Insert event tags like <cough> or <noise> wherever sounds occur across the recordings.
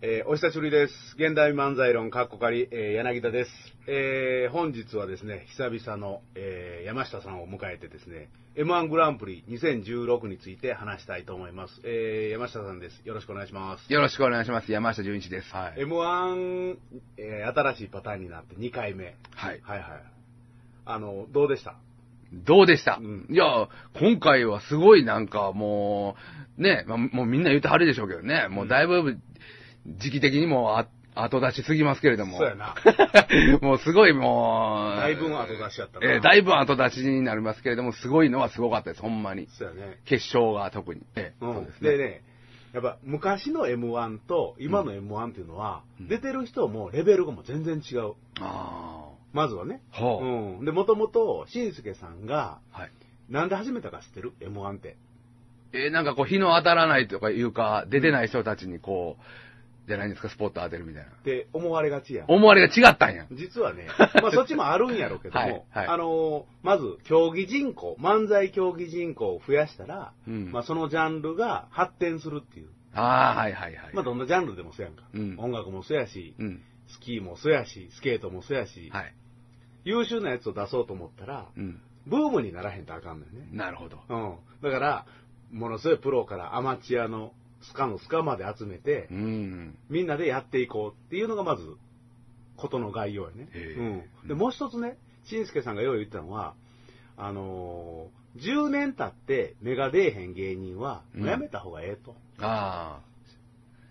えーお久しぶりです。現代漫才論カッコカリ、えー柳田です。えー本日はですね、久々の、えー山下さんを迎えてですね、M1 グランプリ2016について話したいと思います。えー山下さんです。よろしくお願いします。よろしくお願いします。山下純一です。はい M1、えー新しいパターンになって2回目。はいはいはい。あの、どうでしたどうでした、うんいや、今回はすごいなんかもう、ね、まあもうみんな言ってはるでしょうけどね、もうだいぶ時期的にもあ後出しすぎますけれども。そうやな。 <laughs> もうすごいもう。だいぶん後出しやったなえーだいぶん後出しになりますけれども、すごいのはすごかったです、ほんまに。そうやね。決勝が特に。ええうそうんで、すねでね、やっぱ昔の M1 と今の M1 っていうのは、うん出てる人もレベルがもう全然違う。あまずはね。あ。ほう、うん。で、もともと、しんすけさんが、はい。なんで始めたか知ってる ?M1 って。えーなんかこう、日の当たらないとかいうか、出てない人たちにこう、じゃないんですか、スポット当てるみたいな。って思われがちやん。思われが違ったんや。実は <laughs> ね、まあそっちもあるんやろうけども、はいはいあのーまず、競技人口、漫才競技人口を増やしたら、うんまあそのジャンルが発展するっていう。ああ、はいはいはい。まあどんなジャンルでもそうやんか。うん音楽もそうやし、うん。スキーもそうやし、スケートもそうやし、はい。優秀なやつを出そうと思ったら、うん。ブームにならへんとあかんのよね。なるほど。うん。だから、ものすごいプロからアマチュアのスカのスカまで集めて、うん。みんなでやっていこうっていうのがまず、ことの概要やね。へうえん。で、もう一つね、しんすけさんがよう言ってたのは、あのー10年経って芽が出えへん芸人は、うんもうやめた方がええと。ああ。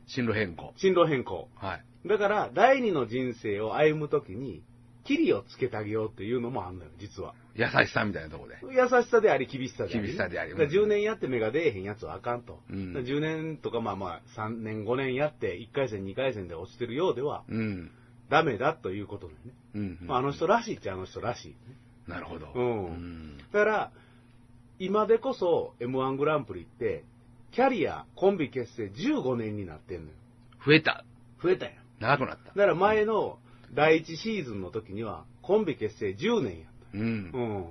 進路変更。進路変更。はい。だから、第二の人生を歩むときに、キリをつけてあげようっていうのもあんのよ、実は。優しさみたいなとこで。優しさであり、厳しさであり。厳しさでありだから10年やって芽が出えへんやつはあかんと。うんだから10年とか、まあまあ、3年、5年やって、1回戦、2回戦で落ちてるようでは、うん。ダメだということでね。うん。まあ、あの人らしいっちゃあの人らしい。なるほど。うんうん。だから、今でこそ M1 グランプリって、キャリア、コンビ結成15年になってんのよ。増えた。増えたやん。長くなっただ。から前の第1シーズンの時には、コンビ結成10年やった。うん。うん。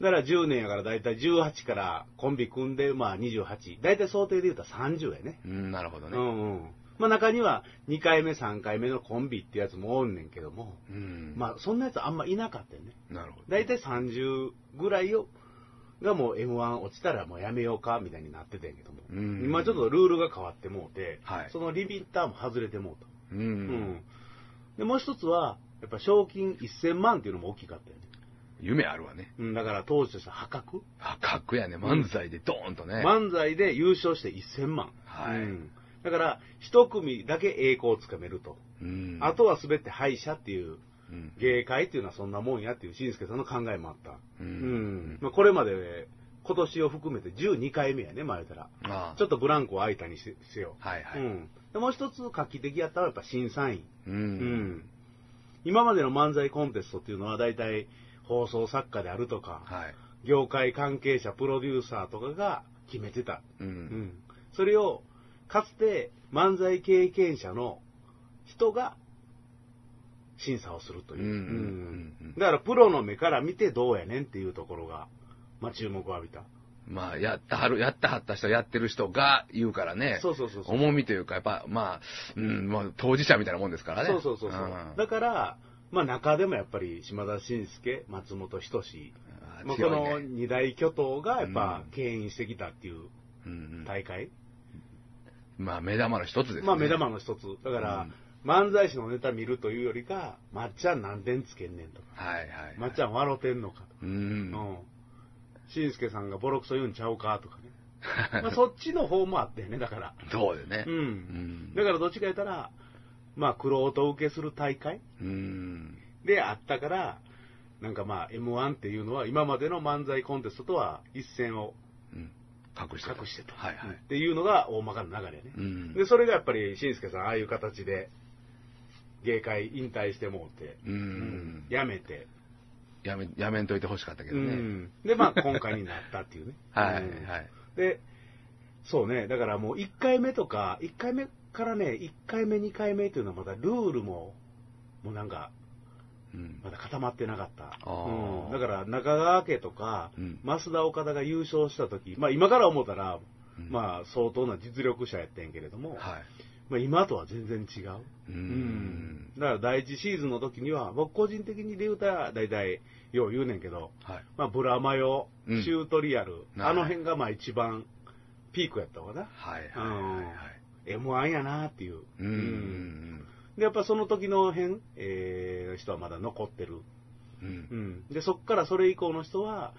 だから10年やからだいたい18からコンビ組んで、まあ28。だいたい想定で言うと30やね。うん。なるほどうね。んうん。まあ中には2回目、3回目のコンビってやつもおんねんけども、うん。まあそんなやつあんまいなかったよね。あ、なるほど。大体30ぐらいをがもう M1 落ちたらもうやめようかみたいになってたんやけども、うん今ちょっとルールが変わってもうて、はいそのリミッターも外れてもうと、う。うんでもう一つはやっぱ賞金1000万っていうのも大きかったよね、夢あるわね。うん、だから当時としては破格、あ、かっこやね。漫才でドーンとね。漫才で優勝して1000万、はいうんだから一組だけ栄光をつかめると、うん。あ、とは全て敗者っていううん。芸会っていうのはそんなもんやっていうしんすけさんの考えもあった、ううんん。まあ、これまで今年を含めて12回目やね、前から。ああ。ちょっとブランコを空いたにしせよ。はいはうい。ん、でもう一つ画期的やったのはやっぱ審査員、う。うん今までの漫才コンテストっていうのは大体放送作家であるとか、はい。業界関係者、プロデューサーとかが決めてた。う。うんん、それをかつて漫才経験者の人が審査をするという。うんううんんだからプロの目から見てどうやねんっていうところが、まあ、注目を浴びた。まあ、やったはる、やったはった人、やってる人が言うからね。そうそうそうそう。重みというか、やっぱ、まあ、うん、まあ、当事者みたいなもんですからね。そうそうそうそう、んだから、まあ、中でもやっぱり島田紳介、松本人志、あまあ、こ強いのね二大巨頭がやっぱうん牽引してきたっていううん大会、うんまあ、目玉の一つですね。まあ目玉の一つ、だから、漫才師のネタ見るというよりか、まっちゃん何点つけんねんとか、はいはい。まっちゃん笑ってんのかとか、う。うん <laughs> ん、紳介さんがボロクソ言うんちゃうかとかね、まあ、そっちの方もあってね、だから、そうでねう。、うんんだからどっちか言ったら、まあ、苦労と受けする大会うん。であったから、なんかまあ、M1 っていうのは、今までの漫才コンテストとは一線をうん隠して隠してた。はいはい。っていうのが大まかな流れやね。うんで、それがやっぱり、しんすけさん、ああいう形で、芸会引退してもうて、うんやめて、やめ、やめんといてほしかったけどうね。。んで、まあ、今回になったっていうね <laughs> はいうんはい。で、そうね、だからもう1回目とか、1回目からね、1回目、2回目っていうのはまだルールも、もうなんか、うんまだ固まってなかった。あーうんだから中川家とか、うん増田岡田が優勝した時、まあ今から思ったら、うんまあ相当な実力者やってんけれども、はい。まあ、今とは全然違う。う。うんだから第一シーズンの時には、僕個人的にで言うたら、大体、よう言うねんけど、はい。まあ、ブラマヨ、シうんュートリアル、はいあの辺がまあ一番ピークやったわな。はいはいはいはい。 M1 やなっていう。うんうんで、やっぱその時の辺、えー人はまだ残ってる。うん。うんうん。で、そっからそれ以降の人は、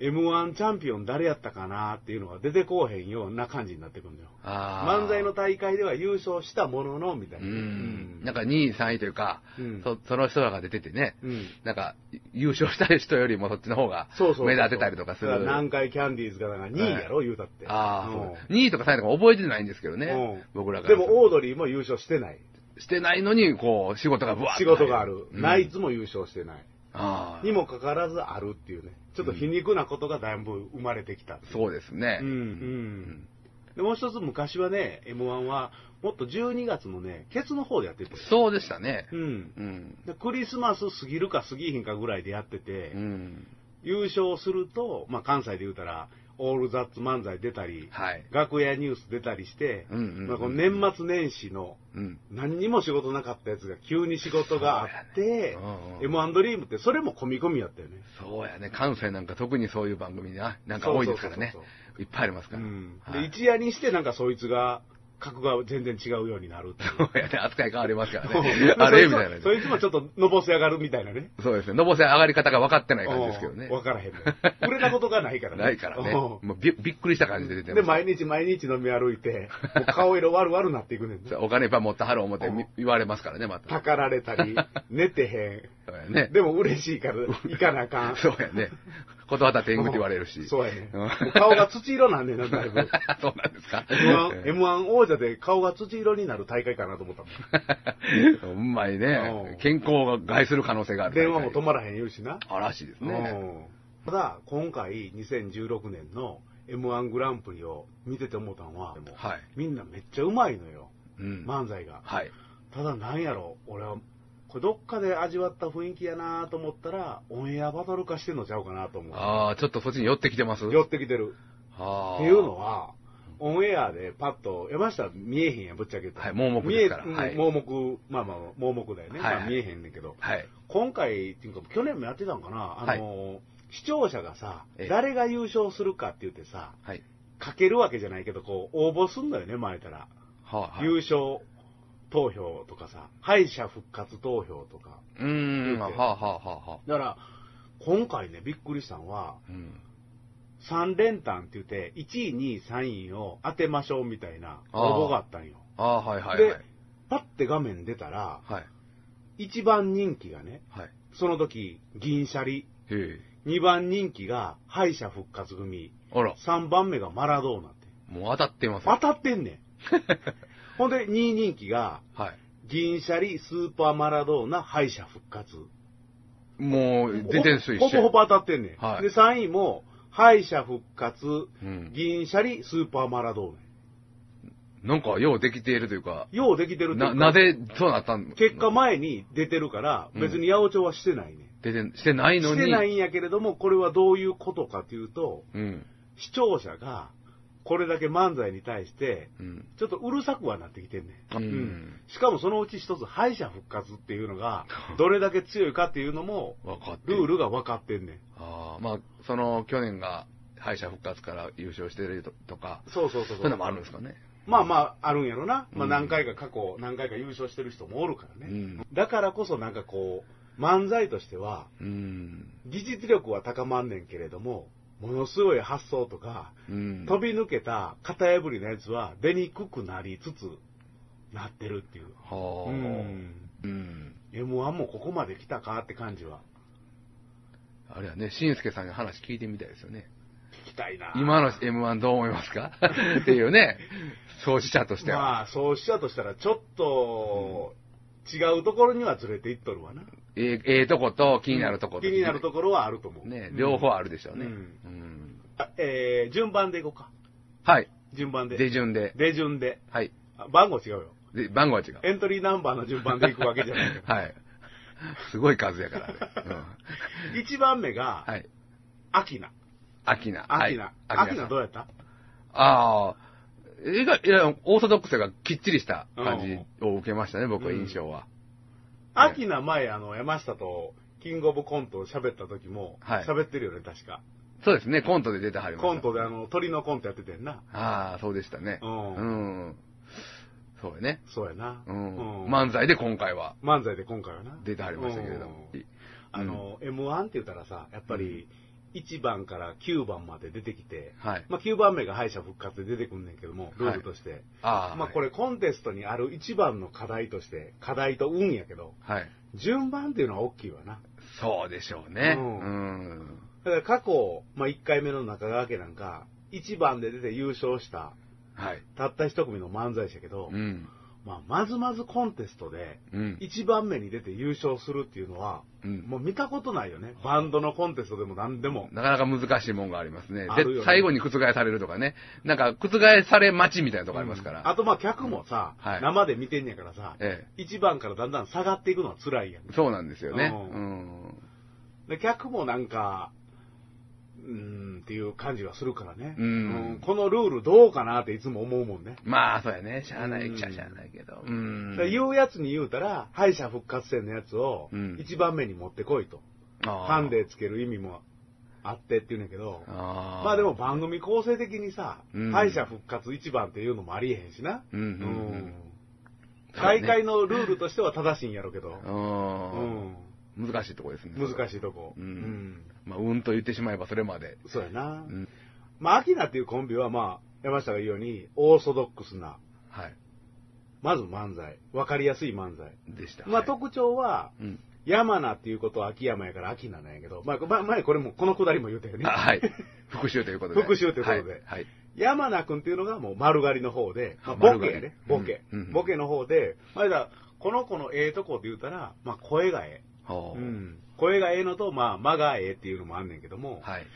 M1 チャンピオン誰やったかなっていうのが出てこうへんような感じになってくるんだよ。あー漫才の大会では優勝したものの、みたいうな。ん。なんか2位、3位というか、うんそその人らが出ててね、うんなんか優勝した人よりもそっちの方がそうそうそう目立てたりとかする。だら南海キャンディーズがなんか2位やろ、言うたって。ああ、うんそう2位とか3位とか覚えてないんですけどね、うん僕らからですると。も、オードリーも優勝してない。してないのに、こう、仕事がぶわ仕事がある。ナイツも。も優勝してない。ああ。にもかかわらずあるっていうね。ちょっと皮肉なことがだいぶ生まれてきた。そうですね。うんうんで、もう一つ昔はね、M1 は、もっと12月のね、ケツの方でやってて。そうでしたね。うん。うん。でクリスマス過ぎるか過ぎひんかぐらいでやってて、うん。優勝すると、まあ関西で言うたら、オールザッツ漫才出たり、はい。楽屋ニュース出たりして、うんうんうんまあ、この年末年始のうん。何にも仕事なかったやつが急に仕事があって、そうやねうんうん M1 ドリームってそれも込み込みやったよね。そうやね。関西なんか特にそういう番組な、なんか多いですからねそうそう。いっぱいありますうから。ん。はで、い一夜にしてなんかそいつが、格が全然違うようになるっていうそうやね。扱い変わりますからそうね。 <laughs> あれみたいそな。いつもそいつもちょっとのぼせ上がるみたいなね。そうですね。のぼせ上がり方が分かってない感じですけどねうん。わからへんね。売れたことがないからね。ないからね。もううびびっくりした感じで出てんまで、す。毎日毎日飲み歩いて、もう顔色悪悪なっていくねんね。お金いっぱい持ってはる思ってうん言われますからね、またた。かられたり、寝てへそうやん。ね。でも嬉しいから行かなあかん。そうやね。断ったら天狗って言われるし。 <laughs> そうやね。んもう顔が土色なんねんな、だいぶ。 <laughs> そうなんですか。 M1, M1 王者で顔が土色になる大会かなと思ったもん。うまいねうん。健康を害する可能性がある。電話も止まらへん言うしな。あらしいですね。うんただ、今回2016年の M1 グランプリを見てて思ったのは、もうはいみんなめっちゃうまいのよ。うん。漫才が。はい。ただなんやろ、俺は、これどっかで味わった雰囲気やなと思ったら、オンエアバトル化してんのちゃうかなと思う。ああ、ちょっとそっちに寄ってきてます寄ってきてる。ああ。っていうのは、オンエアでパッと、山下見えへんやん、ぶっちゃけと。はい盲目ですから見えはい盲目、まあまあ、盲目だよね。はいまあ見えへんねんけど。はい。今回っていうか、去年もやってたんかな、あの、視聴者がさええ、誰が優勝するかって言ってさ、はい。かけるわけじゃないけど、こう、応募すんのよね、前から。はあ、はい。優う勝投票とかさ、敗者復活投票とか。ーん。はあ、はあ、はあ、はあ。だから、今回ね、びっくりしたのは、うん。 3連単って言って、1位、2位、3位を当てましょうみたいなあー応募があったんよ。ああ、はい、はい、はいで。、パッて画面出たら、はい。 1番人気がね、はい。その時、銀シャリ。へえ。 2番人気が敗者復活組。あら、 3番目がマラドーナって。もう当たってます。当たってんね <laughs> ん。ほんで、2位人気が、はい。銀シャリ、スーパーマラドーナ、敗者復活。もう、全然推ほぼほして。ぼ当たってんねん。はいで、3位も、敗者復活、うん銀シャリ、スーパーマラドーナ。なんか、ようできているというか、ようできてるっていうな、かなぜそうなったん結果前に出てるから、うん別に八百長はしてないね。出て、してないのしに。てないんやけれども、これはどういうことかというと、うん。視聴者が、これだけ漫才に対して、うん。ちょっとうるさくはなってきてんね、うんしかもそのうち一つ、敗者復活っていうの <laughs> が、どれだけ強いかっていうのも、分かってルるールが分かってんねん。ああ、まあ、その、去年が敗者復活から優勝してるととか、そうそうそうそうそ。いううのもあるんですかね。まあまあ、あるんやろな。まうあん何回か過去、何回か優勝してる人もおるからね。うんだからこそなんかこう、漫才としては、うん。技術力は高まんねんけれども、ものすごい発想とか、うん。飛び抜けた型破りのやつは出にくくなりつつなってるっていう。はあ。うん。うん。 M1 もここまで来たかって感じは。あれはね、しんすけさんに話聞いてみたいですよね。聞きたいな。今の M1 どう思いますか <laughs> っていうね、創始者としては。まあ、そうしちゃうとしたら、ちょっと、違うところにはずれていっとるわな。ええええとこと気になるとこと。気になるところはあると思う。ねう、ん両方あるでしょうね。うんうんあえー順番でいこうか。はい。順番で。手順で。出順で。はい。あ番号違うよ。で番号は違う。エントリーナンバーの順番でいくわけじゃない <laughs> から。はい。すごい数やから、あれ。うん。 1番目が、はい。アキナ。アキナ。アキナ。アキナどううやったああ、映画、いや、オーソドックスがきっちりした感じを受けましたね、僕はうん印象は。アキナ前、あの、山下と、キングオブコントを喋った時も、はい喋ってるよね、確か。そうですね、コントで出てはりました。コントであの、鳥のコントやっててんな。ああ、そうでしたね。ううんん。そうやね。そうやな。うん。うん漫才で今回は漫才で今回はな。出てはりましたけれども。うんあの、M1 って言ったらさ、やっぱり、1番から9番まで出てきて、はい。まあ、9番目が敗者復活で出てくんねんけども、ルールとして。ああ。まあ、これ。れコンテストにある一番の課題として、課題と運やけど、はい。順番っていうのは大きいわな。そうでしょうね。ううんん。だから過去、まあ、1回目の中川家なんか、1番で出て優勝した、はい。たった一組の漫才師やけど、うん。まあ、まずまずコンテストで、うん。 1番目に出て優勝するっていうのは、うん。もう見たことないよね。バンドのコンテストでも何でも。なかなか難しいもんがありますね。あでるよね最後に覆されるとかね。なんか、覆され待ちみたいなとこありますから。あとまあ客もさ、うんはい生で見てんねやからさ、え1番からだんだん下がっていくのは辛いやんえ。。そうなんですよね。ううん。で客もなんか、うーんっていう感じがするからね、うんこのルールどうかなっていつも思うもんね。まあ、そうやね。しゃあなうんいっちゃしゃあないけど。うん。だから言うやつに言うたら、敗者復活戦のやつをうん1番目に持ってこいと、ああハンデつける意味もあってっていうんだけど、ああ。まあでも、番組構成的にさ、うん敗者復活1番っていうのもありえへんしな、うんうんうんうん大会のルールとしては正しいんやろうけど、うん。難しいとこですね。うん難い。しいとこ。うんまあ、うんと言ってしまえばそれまで。うんそうやな。うん。まあ、アキナっていうコンビは、まあ、山下が言うように、オーソドックスな、はい。まず漫才、わかりやすい漫才。でした。まあ、はい特徴は、うん。山名っていうことは秋山やから秋名なんやけど、まあ、ま前これも、このくだりも言うたよねあ。はい。復習ということで。復習ということではいはい。山名君っていうのがもう丸刈りの方で、まあ、あボ丸ケ刈りやね。ボケ。うんうんボケの方で、まあ、だからこの子のええとこって言うたら、まあ、声がええ。ほう。うん声がええのと、まあ、間がええっていうのもあんねんけども、はい。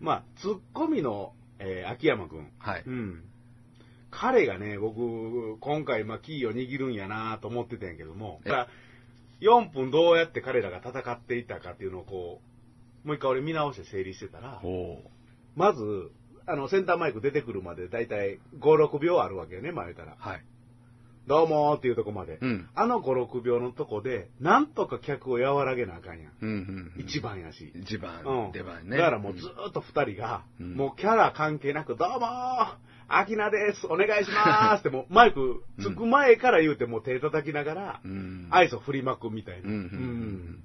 まあ、ツッコミの、えー秋山君。はい。うん。彼がね、僕、今回、まあ、キーを握るんやなと思ってたんやけども、えだから4分どうやって彼らが戦っていたかっていうのをこう、もう一回俺見直して整理してたら、ほまず、あの、センターマイク出てくるまでだいたい5、6秒あるわけよね、前たらう。。はい。どうもーっていうとこまで。うん。あの5、6秒のとこで、なんとか客を和らげなあかんやん。うんうん。うん一。番やし。一うん番。出番ね。だからもうずーっと二人が、うんもうキャラ関係なく、どうもー、アキナです、お願いしま <laughs> ーすって、もうマイクつく前から言うて、もう手叩きながらう、ん。アイスを振りまくみたいな。うんうんうんうん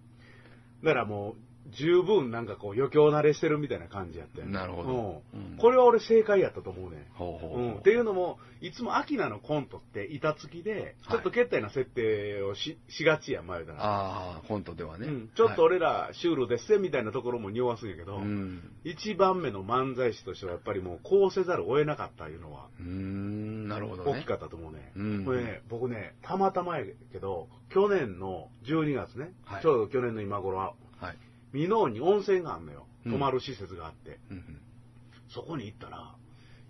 だからもう、十分なんかこう余興慣れしてるみたいな感じやったよなるほどうんうんこれは俺正解やったと思うね。ほうほううん、ほっていうのも、いつもアキナのコントって板付きで、ちょっとけったいな設定をし,、がちやん、前かう。ら。ああ、コントではね。うん、ちょっとは俺らシュールですせみたいなところも匂わすんやけど、い、うん。一番目の漫才師としてはやっぱりもうこうせざるを得なかったいうのはうーん、なるほどね。大きかったと思うね。うんこれね、僕ね、たまたまやけど、去年の12月ね、はいちょうど去年の今頃は、はい。箕面に温泉があんのよ。うん泊まる施設があって、うんうんそこに行ったら、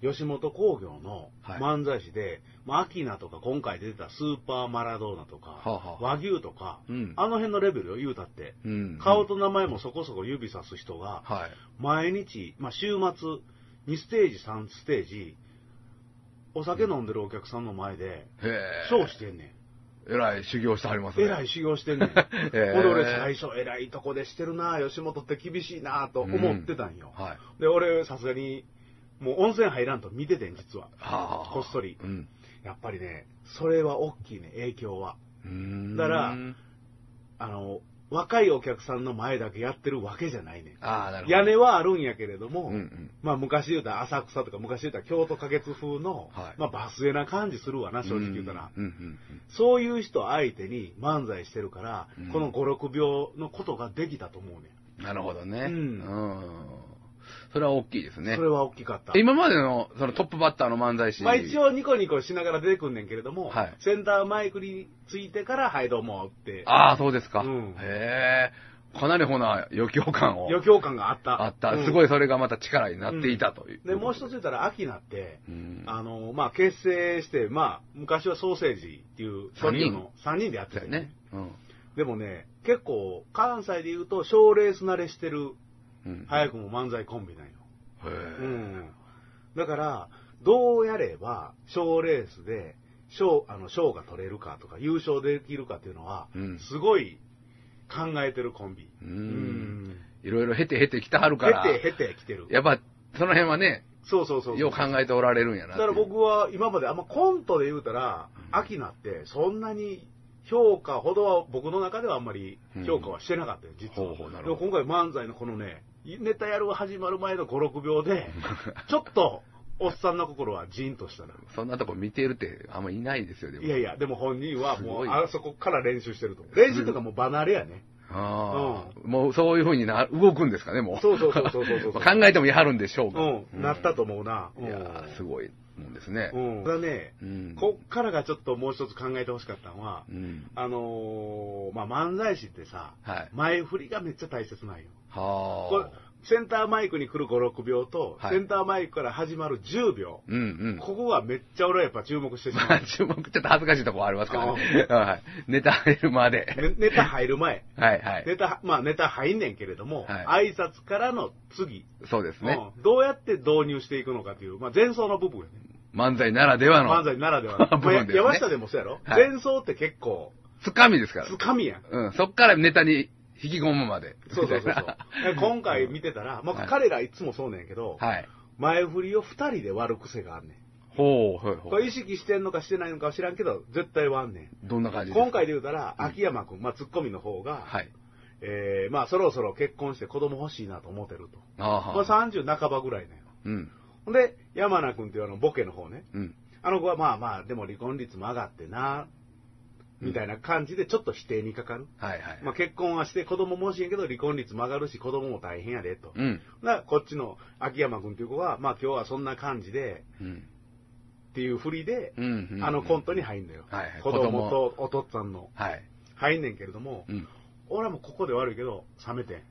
吉本興業のはい漫才師で、まあアキナとか今回出てたスーパーマラドーナとか、はあはあ和牛とか、うんあの辺のレベルを言うたって、うん。顔と名前もそこそこ指さす人が、はい。毎日、まあ、週末、2ステージ、3ステージ、お酒飲んでるお客さんの前で、へえ。ショーしてんねえらい修行してはりますん。ね。えらい修行してんねん。 <laughs> えー俺、俺最初、えらいとこでしてるな、吉本って厳しいな、と思ってたんよ。はい。で、俺、さすがに、もう温泉入らんと見ててん、実は。はあこっそりうん。やっぱりね、それは大きいね、影響は。うーんだからあの、若いお客さんの前だけやってるわけじゃないねん。ああ、なるほど。屋根はあるんやけれども、うんうん。まあ昔言うたら浅草とか昔言うたら京都花月風の、はいまあバスへな感じするわな、正直言うたら。うんうんそういう人相手に漫才してるから、うんこの5、6秒のことができたと思うねうん。なるほどね。うんうん。それは大きいですん。ねそ。れは大きかった。今までのそのトップバッターの漫才師。まあ一。応ニコニコしながら出てくんねんけれども、はいセンターマイクについてから、はいどうもって、ああ、そうですか。うんへえ。かなりほな余興感を。余興感があった。あったうん。すごいそれがまた力になっていたという。で、もう一つ言ったら、アキナって、うん。あの、まあ結成して、まあ昔はソーセージっていう三人の3人でやってだたよよね。うん。でもね、結構、関西で言うと、賞レース慣れしてる、うん。早くも漫才コンビなんよ。へえ。うん。だから、どうやれば賞レースで賞あの賞が取れるかとか優勝できるかっていうのは、うんすごい考えてるコンビ。う。うんいろいろ経て経て来てはるから、へてへて来てる。やっぱその辺はね、そうそうそうそう。よう考えておられるんやなだってかいう。ら僕は今まであんまコントで言うたら、秋菜ってそんなに評価ほどは僕の中ではあんまり評価はしてなかったよ、実は。ほうほうなでるほもど今回漫才のこのね、ネタやる始まる前の5、6秒 <laughs> で、ちょっとおっさんの心はジーンとしたな。そんなとこ見てるってあんまいないですよ、でも。いやいや、でも本人はもすごういあそこから練習してると思う。練習とかもう離れやね。ああ、もうそういう風にな、動くんですかね、もう。そうそうそうそうそうそうまあ <laughs> 考えてもやはるんでしょうが。うん、なったと思うな。いやーすい。ごいもんですね。うん。ただね、うん。こっからがちょっともう一つ考えてほしかったのは、うん。あのーまあ、漫才師ってさ、はい。前振りがめっちゃ大切なんよ。これはあ。センターマイクに来る5、6秒と、はいセンターマイクから始まる10秒、うんうん。ここがめっちゃ俺はやっぱ注目してしままあ、う。注目、ちょっと恥ずかしいとこありますからね。 <laughs> はい。ネタ入るまで。ねネタ入る前、はいはい。ネタ、まあネタ入んねんけれども、は挨拶からの次、そうですね。うんどうやって導入していくのかっていう、まあ前奏の部分やね。漫才ならでは漫の。才ならではの <laughs> 部分ですねまあ山下でもそうやろ、はい前奏って結構、つかみですから。つかみやん。うん。そっからネタに引き込むまで。そうそうそう <laughs> みそたいうな。で今回見てたら、まはあい彼らいつもそうなんやけど、はい。前振りを2人で割る癖があんねん。ほう、ほう、ほこれう。意識してんのかしてないのかは知らんけど、絶対割んねどんな感ん。じです今か回で言うたら、秋山くん、まあツッコミの方が、はい。えー、まあそろそろ結婚して子供欲しいなと思ってると。ああ、まあはあ。 30半ばぐらいね。うん。ほんで、山名くんっていうあのボケの方ね。うん。あの子はまあまあ、でも離婚率も上がってな、みたいな感じでちょっと否定にかかる。はいはい。まあ結婚はして子供も欲しいんやけど離婚率も上がるし子供も大変やでと。うん。だからこっちの秋山くんっていう子は、まあ今日はそんな感じでうん。っていう振りで、うんうん。あのコントに入んのよ。はいはい子供とお父っつぁんのはい。入んねんけれども、うん。俺はもうここで悪いけど、冷めてん。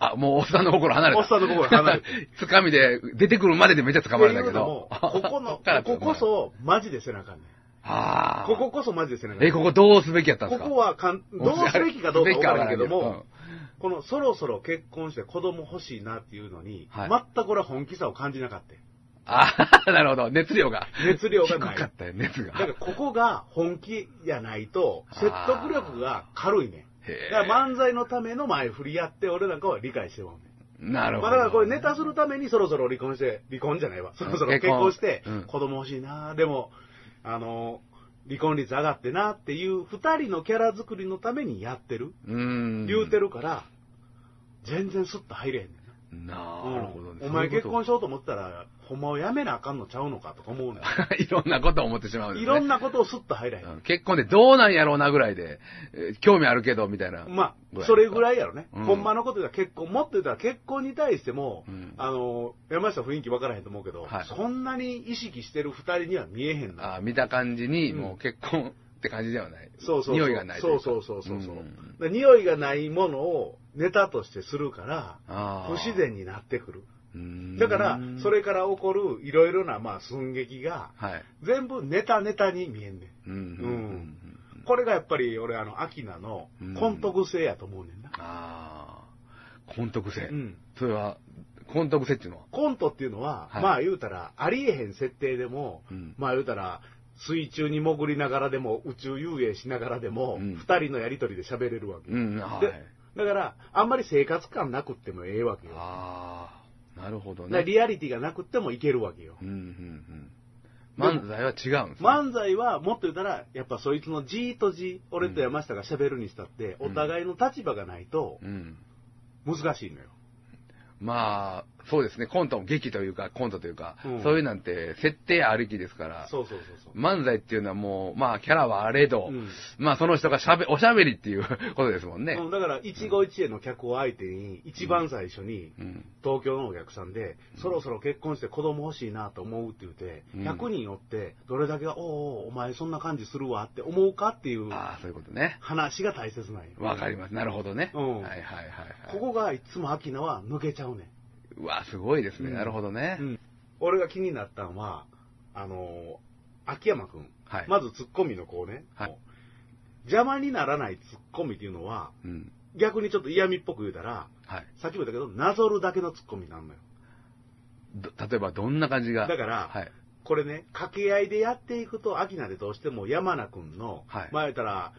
あ、もうおっさんの心離れた。おっさんの心離れて。 <laughs> つかみで、出てくるまででめっちゃつかまれたっていけうのもど。ここ <laughs> の、っからこここ。そマジで背中ねん。ああ。こここそマジで背中ねえ、ん。ここどうすべきやったんでこすかこはかん、どうすべきか <laughs> どうかわからんけども、、このそろそろ結婚して子供欲しいなっていうのに、はい全く俺は本気さを感じなかったよ。 <laughs> ああ、なるほど。熱量が。熱量がない低かったよ、熱が。だからここが本気やないと、説得力が軽いねん。へだから漫才のための前振りやって、俺なんかは理解してもらうねん。え。なるほまど。あ、だからこれネタするためにそろそろ離婚して、離婚じゃないわ。そろそろ結婚して結婚うん、子供欲しいな、でも、あの、離婚率上がってなっていう二人のキャラ作りのためにやってる、うーん。言うてるから、全然スッと入れへんねんな。なるほどね。うんお前そういう結こと婚しようと思ったら、ほんまはやめなあかんのちゃうのかとか <laughs> 思うねいろんなことを思ってしまうんん。ですいね。ろんなことをスッと入らへん。うん結婚でどうなんやろうなぐらいで、えー興味あるけど、みたいな。まあ、それぐらい。いやろね。うんほんまのこと言ったら結婚、もっと言ったら結婚に対しても、うんあの、山下雰囲気分からへんと思うけど、はいそんなに意識してる二人には見えへんな。あー見た感じに、うんもう結婚って感じではない。そうそうそう。匂いがないとそういか。そうそうそうそう。んで匂いがないものをネタとしてするから、あ不自然になってくる。然だから、そ。れから起こるいろいろな、まあ、寸劇が、はい。全部ネタネタに見えんねうんうんうんうん。ん。これがやっぱり俺、あの、アキナのコント癖やと思うねんな。ああ。コント癖う。んそれは、コント癖っていうのは。コントっていうのは、はいまあ言うたら、ありえへん設定でも、うんまあ言うたら、水中に潜りながらでも、宇宙遊泳しながらでも、う二ん人のやりとりで喋れるわけ。うん、はでい。だから、あんまり生活感なくってもええわけよ。ああ。なるほどだからね。リアリティがなくってもいけるわけよ。うんうんうん。漫才は違うんですね漫才は、もっと言ったら、やっぱそいつの G と G、俺と山下が喋るにしたって、うんお互いの立場がないとうん。難しいのよ。まあ、そうですね。コントも劇というか、コントというか、うんそういうなんて、設定ありきですから。そうそうそうそう。漫才っていうのはもう、まあ、キャラはあれど、うんまあ、その人がしゃべ、おしゃべりっていうことですもんね。うんだから、一期一会の客を相手に、一番最初に、うん。東京のお客さんで、そろそろ結婚して子供欲しいなと思うって言って、うん100人おって、どれだけが、おうおうお前そんな感じするわって思うかっていうああ、そういうことね。話が大切なんよ。わかります。なるほどね。うんはいはいはい、はい。ここがいつも秋菜は抜けちゃうねうわ、すごいですね。うんなるほどね。ん。うん俺が気になったのは、あのー秋山くん。はい。まずツッコミの子ね、はい邪魔にならないツッコミっていうのは、うん。逆にちょっと嫌味っぽく言うたら、はい。さっきも言ったけど、なぞるだけのツッコミなんのよ。ど例えば、どんな感じが。だからはい。これね、掛け合いでやっていくと、アキナでどうしても山名君の、はい前たら、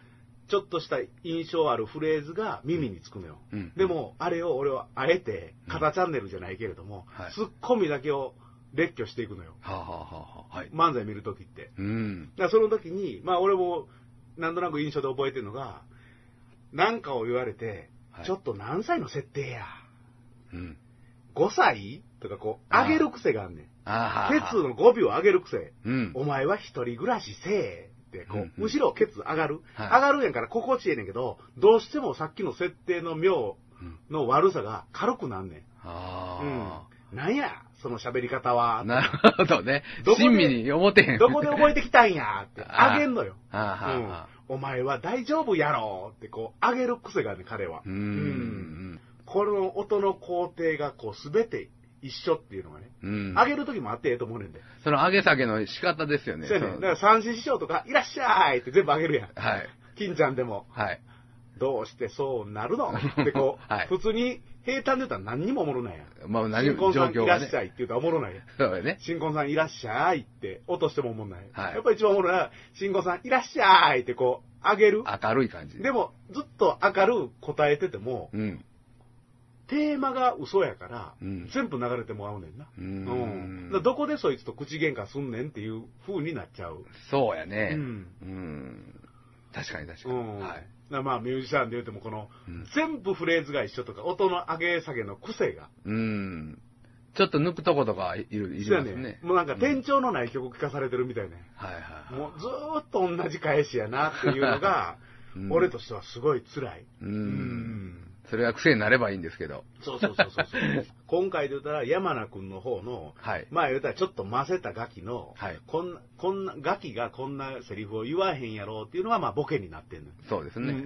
ちょっとした印象あるフレーズが耳につくのよ。うんでも、あれを俺はあえて、肩チャンネルじゃないけれども、はいツッコミだけを列挙していくのよ。はあ、はあはあはあ、はい。漫才見るときって。うん。だからその時に、まあ俺も、なんとなく印象で覚えてるのが、なんかを言われて、はいちょっと何歳の設定や。うん。 5歳とかこう、あー上げる癖があんねん。あケあ。ツの語尾を上げる癖。うん。お前は一人暮らしせえって、こうんうう、ん後ろケツ上がる。はい上がるやんから心地ええねんけど、どうしてもさっきの設定の妙うんの悪さが軽くなんねん。あうん。なんや、その喋り方あ。は。なるほどねど。こで親身に思ってへん。どこで覚えてきたんやって、 <laughs> あーあげんのよ。ああ、はあ、はあ。うん、お前は大丈夫やろってこう、あげる癖がね、彼は。ううんん。この音の工程がこう、すべて一緒っていうのがね、うん。あげる時もあってええと思うねんで。その上げ下げの仕方ですよね。そうやねん。だから三振師匠とか、いらっしゃいって全部あげるやん。はい。金ちゃんでも、はい。どうしてそうなるのってこう、 <laughs> はい普通に平坦で言ったら何にもおもろないやん。まあ何新も婚状さんいら況がっねし。ゃいって言うたらおもろないやん。そうやね。新婚さんいらっしゃいって、落としてもおもんない。はいやっぱ一番おもろいのは、新婚さんいらっしゃいってこう、あげる。明るい感じ。でも、ずっと明るく答えてても、うん。テーマが嘘やから、うん全部流れてもらうねんな。うーうんだからどこでそいつと口喧嘩すんねんっていう風になっちゃう。そうやね。ううんん。確かに確かうに。ん。はだかい。らまあ、ミュージシャンで言うても、この、うん全部フレーズが一緒とか、音の上げ下げの癖が。うん。ちょっと抜くとことかいる、いりそうやますねね。。もうなんか、うん転調のない曲聞かされてるみたいね。はいはいはい。もうずーっと同じ返しやなっていうのが、 <laughs> うん俺としてはすごい辛い。う。。うんそれが癖になればいいんですけど。そうそうそうそうそう。今回で言ったら、山名君の方の、はい。まあ言うたらちょっと混ぜたガキの、はいこんな、こんな、ガキがこんなセリフを言わへんやろうっていうのがまあボケになってんのよ。そうですうんうね。ん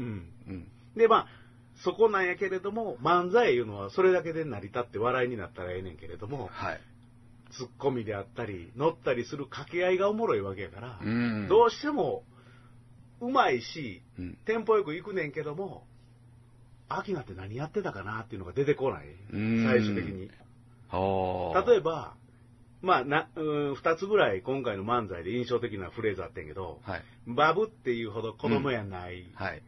うん。で、まあ、そこなんやけれども、漫才いうのはそれだけで成り立って笑いになったらええねんけれども、はい。ツッコミであったり、乗ったりする掛け合いがおもろいわけやから、うん。どうしても、うまいし、うん。テンポよく行くねんけども、アキナって何やってたかなっていうのが出てこない。うん最終的に。はあ。例ええば、まあな、うん、2つぐらい今回の漫才で印象的なフレーズあってんけど、はい。バブっていうほど子供やない、はい。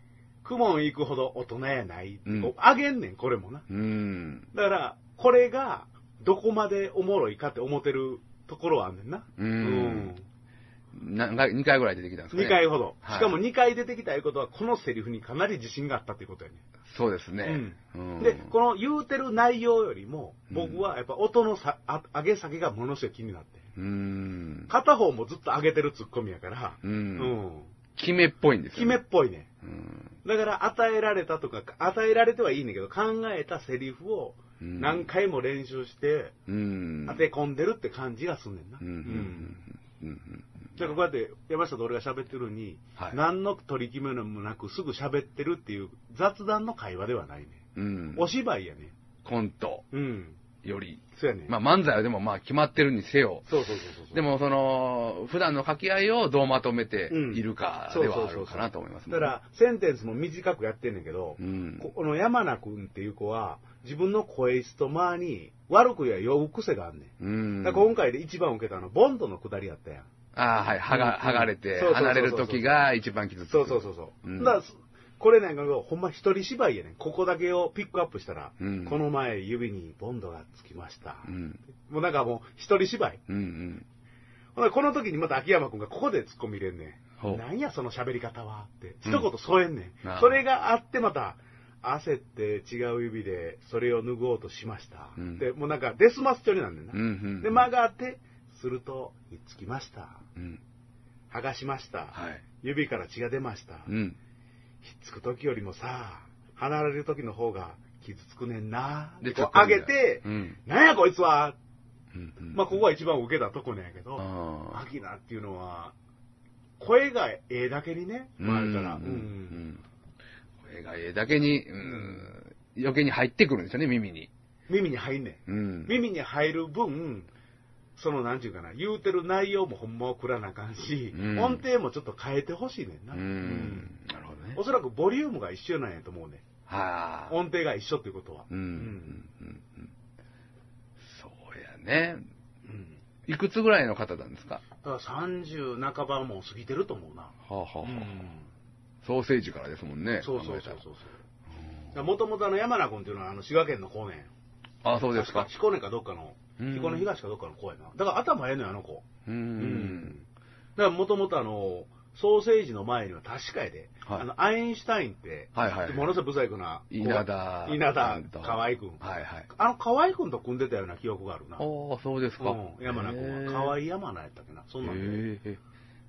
クモン行くほど大人やない、うんこうあげんねん、これもな。うん。だから、これがどこまでおもろいかって思ってるところはあんねんな。うん何回、2回ぐらい出てきたんですかね。 2回ほど。はいしかも2回出てきたいうことは、このセリフにかなり自信があったっていうことやねん。そうですね。うんで、この言うてる内容よりも、僕はやっぱ音のさあ上げ下げがものすごい気になって。うん。片方もずっと上げてるツッコミやから、う。うんん。決めっぽいんです決よめっね。ぽいね。うん。だから与えられたとか、与えられてはいいねんだけど、考えたセリフをうん何回も練習して、うん。当て込んでるって感じがすんねんな。うん。うん。うん。だからこうやって山下と俺が喋ってるのに、はい何の取り決めもなくすぐ喋ってるっていう雑談の会話ではないね。うん。お芝居やね。コントうん。より。そうやね。まあ漫才はでもまあ決まってるにせよ。そうそうそうそう。でもその、普段の掛け合いをどうまとめているかそうでそうそうはあるかなと思いますだから、センテンスも短くやってんねんけど、うんここの山名君っていう子は、自分の声質と間に悪くや酔う癖があんねん。うん。だから今回で一番受けたのは、ボンドの下りやったやん。ああ、はい。はうんが、剥がれそうそてうそう、そう離れる時が一番傷つく。そうそうそうそう。うんだから、これなんかほんま一人芝居やねん。ここだけをピックアップしたら、うんこの前指にボンドがつきました。うん。もうなんかもう一人芝居。うんうん。ほなこの時にまた秋山君がここで突っ込み入れんねほん。うなんやその喋り方はって。う一ん言添えんねん。ああそれがあってまた、焦って違う指でそれを脱ごうとしました。うんで、もうなんかデスマス調になんねんな。うんうん。で、間があって、すると、ひっつきました。うん。剥がしました。はい。指から血が出ました。うん。ひっつく時よりもさ、離れる時の方が傷つくねんな。で、でこう上げてう、ん。なんやこいつは、うんうんまあ、ここは一番受けたとこなんやけど、あアキナっていうのは、声がええだけにね、あ。まああるから、ううんんうん。これがええだけに、うん、余計に入ってくるんですよね、耳に。耳に入んねうんん。。耳に入る分、その、なんちゅうかな、言うてる内容もほんま送らなあかんし、うん音程もちょっと変えてほしいねんな。ううんん。なるほどねお。そらくボリュームが一緒なんやと思うね。はあ。音程が一緒っていうことは。うん。うんうんうんそうやね。うん。いいくつぐらいの方なんですかだから30半ばも過ぎてると思うな。はあはあはあうんソーセージからですもんね。そうそう考えたそうらそう。もともとあの山名君っていうのはあの滋賀県の公園。あ、そうですか。彦根かどっかの、うん彦根東かどっかの公園な。だから頭ええのよ、あの子。うーん。だからもともとあの、ソーセージの前には確かやで、はいあの、アインシュタインって、はいはいものすごい不細工な子が。稲田。稲田うんと、河合君。はいはい。あの、河合君と組んでたような記憶があるな。ああ、そうですか。うん、山名君は。河合山名やったっけな。そんなんでへえ。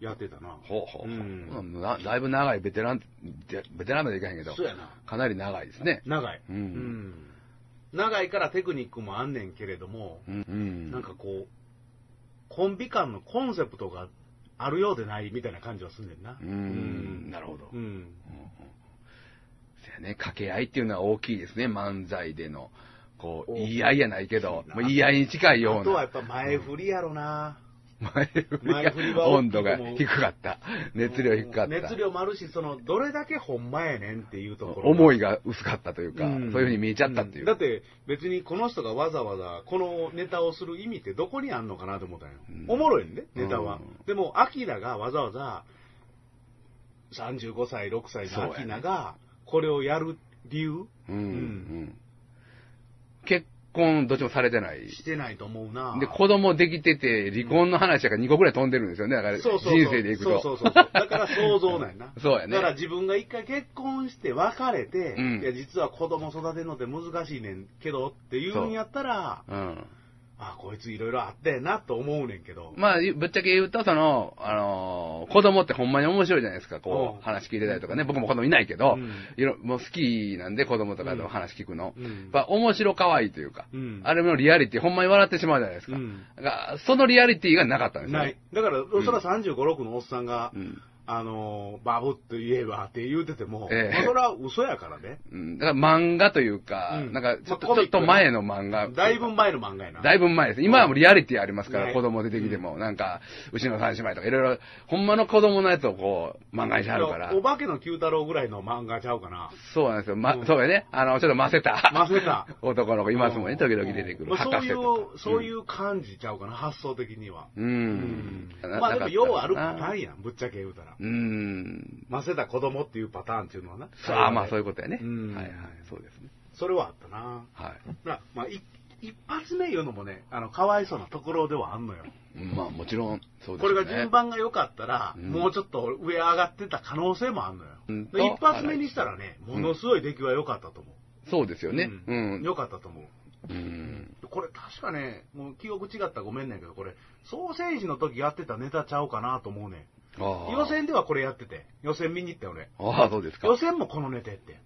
やってたな。ほうほうほううんほんなら。だいぶ長いベテラン、でベテランまでいかへんけどそう、やな。かなり長いですね。長い。うんうん長いからテクニックもあんねんけれども、うんうん。なんかこう、コンビ間のコンセプトがあるようでないみたいな感じはすんねんな。うーん、なるほど。ううんん。そやね、掛け合いっていうのは大きいですね、漫才での。こう、大きい言い合いやないけど大きい、なもう言い合いに近いような。あとはやっぱ前振りやろな。前振り前が振りは大きい温度が低かった。熱量低かった。熱量もあるし、その、どれだけほんまやねんっていうところ。思いいが薄かったというか、んそういうふうに見えちゃったっていんう。だって別にこの人がわざわざこのネタをする意味ってどこにあんのかなと思ったんよ、うんおもろいんねネタは、うんでもアキラがわざわざ35歳6歳そうやのねアキラがこれをやる理由ううんんうん結婚、どっちもされてない。してないと思うなで、子供できてて、離婚の話やから2個ぐらい飛んでるんですよね、だから人そうそうそう生でいくと。そうそうそうそうだから想像なんやな <laughs> そうやねだから自分が一回結婚して別れて、うんいや実は子供育てるのって難しいねんけどっていうんやったらうん。あこいついろいろあったやなと思うねんけど、まあ、ぶっちゃけ言うと、その、あのー子供ってほんまに面白いじゃないですか、こうんう、話聞いてたりとかね。僕も子供いないけど、うんいろ、もう好きなんで子供とかの話聞くの。うんやっぱ面白可愛いというか、うんあれのリアリティ、ほんまに笑ってしまうじゃないですか。うんだからそのリアリティがなかったんですよね。ない。だから、それは35、6のおっさんが、うんあのー、バブって言えばって言うてても、ええまあそれは嘘やからね。うん、だから漫画というか、うんなんかちょっと、まあコちょミっックと前の漫画。だいぶ前の漫画やな。だいぶ前です。今はもうリアリティありますから、ね子供出てきても、なんか、牛の三姉妹とか、いろいろ、ほんまの子供のやつをこう、漫画にしてあるからお。化けの九太郎ぐらいの漫画ちゃうかな。そうなんですよ。まう、んそうやね。あの、ちょっとませた。ませた <laughs> 男の子いますもんね、時々出てくまる。あそういとかう、そういう感じちゃうかな、発想的には。うん。う。うんんまあでも、ようあるパターい。ンやん、ぶっちゃけ言うたら。うん。ませた子供っていうパターンっていうのはな。そうああ、まあそういうことやね。うんはいはい。そうですね。それはあったな。はい。まあ、まあ、い一発目言うのもね、あの、かわいそうなところではあんのよ。まあもちろん、そうですこね。れが順番が良かったら、うんもうちょっと上上がってた可能性もあるのよ。うんで一発目にしたらね、ものすごい出来は良かったと思う。そうですよね。ううんん。良かったと思う。うん。これ確かね、もう記憶違ったらごめんねんけど、これ、ソーセージの時やってたネタちゃうかなと思うねあん。あ。予選ではこれやってて、予選見に行ったよね。ああ、そうですか。予選もこのネタやってん。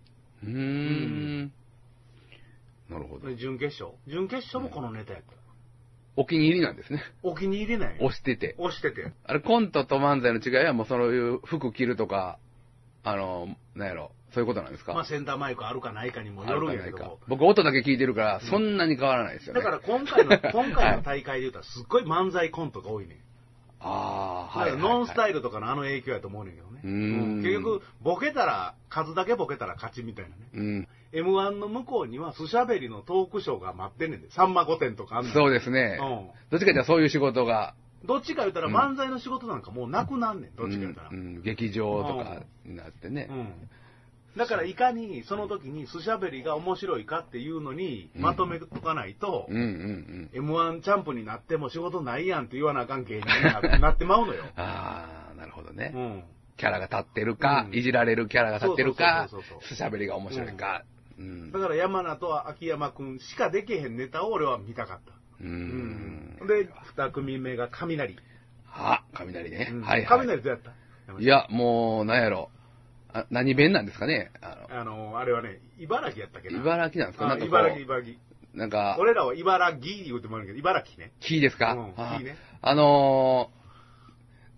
うーん。なるほどで。準決勝。準決勝もこのネタやった。お気に入りなんですね。お気に入りない押してて。押してて。あれ、コントと漫才の違いはもうそういう服着るとか、あの、なんやろ、そういうことなんですか、まあセンターマイクあるかないかにもよるんやけども。僕、音だけ聞いてるから、そんなに変わらないですよね。だから今回 <laughs> の、今回のはい大会で言うたらすっごい漫才コントが多いねん。ああ、だはからいはいはい。ノンスタイルとかのあの影響やと思うねんけどね。うーん結局、ボケたら、数だけボケたら勝ちみたいなね。うん。 M1 の向こうには、すしゃべりのトークショーが待ってんねんで。さんま御殿とかあんねん。そうですね。うどっちかじゃそういう仕事が、どっちか言ったら漫才の仕事なんかもうなくなんねん。どっちか言ったら。うんうん劇場とかになってね。うんだからいかにその時にすしゃべりが面白いかっていうのにまとめとかないとうん、うんうん。 M1 チャンプになっても仕事ないやんって言わなあかん芸人にななってまうのよ。 <laughs> ああ、なるほどね。うん。キャラが立ってるか、うんいじられるキャラが立ってるかそうそうそうそう、そすしゃべりが面白いか。うんだ。から山名と秋山くんしかできへんネタを俺は見たかった。ううんん。で、二組目が雷。あ、雷ね。うんはいはい。雷どうやったいや、もう、なんやろ。あ何弁なんですかねああの、あれはね、茨城やったっけの、な。茨城なんですかなあんかこう茨城、茨城。なんか、俺らは茨城言うてもあるけど、茨城ね。キーですか、うんあキーねあの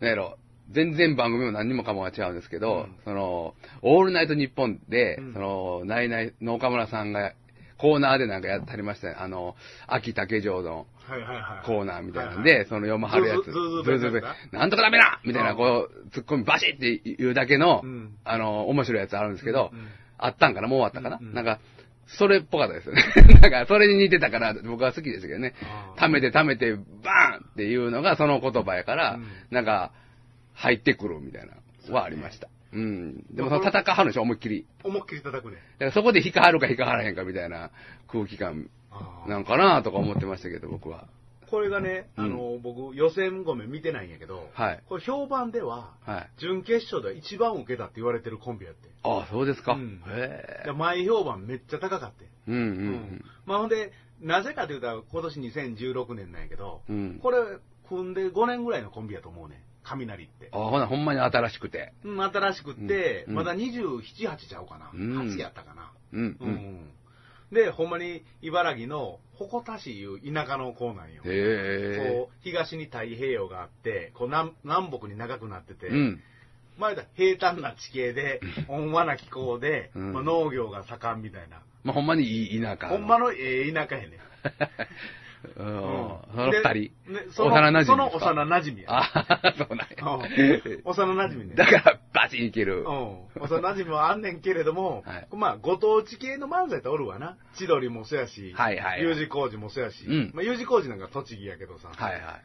ー、なんやろ。全然番組も何にもかもが違うんですけど、うんその、オールナイトニッポンで、うんその、ナイナイの岡村さんが、コーナーでなんかやってはりましたね。あの、秋竹城のはいはいはい。コーナーみたいなんはで、その読まはるやつ、ズーズーズズーーズズーー弁弁なんとかダメだみたいな、こう、ツッコミバシって言うだけのうん、あの、面白いやつあるんですけどうんうん、あったんかなもうあったかなうんうんなんか、それっぽかったですよね。 <laughs> だから、それに似てたから、僕は好きでしたけどねあ。ー貯めて貯めて、バーンっていうのがその言葉やから、うんなんか、入ってくるみたいな、はありました。うん。でも、まあその戦うはるでしょ、思いっきり。思いっきり叩くね。だからそこで引っかはるか引っかはらへんかみたいな空気感あーなんかなとか思ってましたけど、僕は。これがね、うんあの、僕、予選ごめん見てないんやけど、はいこれ評判では、はい。準決勝では一番受けたって言われてるコンビやって。ああ、そうですか。うんへえで。前評判めっちゃ高かって。うんううんまあほんで、なぜかというと、今年2016年なんやけど、うん。うん。これ、組んで5年ぐらいのコンビやと思うね。雷って。ああ、ほな、ほんまに新しくて。うん、新しくって、うんまだ27、8ちゃうかな。うん8やったかな。うんううん。ん。で、ほんまに茨城の鉾田市いう田舎の子なんよ。へえ。こう東に太平洋があってこう南南北に長くなってて、うん。前だ平坦な地形で温和な気候で、うんまあ、農業が盛んみたいな、まあ、ほんまにいい田舎。ほんま。のええ田舎やね、 <laughs> うん。うその二人。でねその幼馴染ですかその幼馴染や、ああ、そうなんうん <laughs> や。幼馴染ねだから、バチンいけうるん。、幼馴染はあんねんけれども、 <laughs> はいまあご当地系の漫才っておるわな千鳥もそうやし、はいはいはい U 字工事もそうやし、うんまあ、U 字工事なんか栃木やけどさ、はいは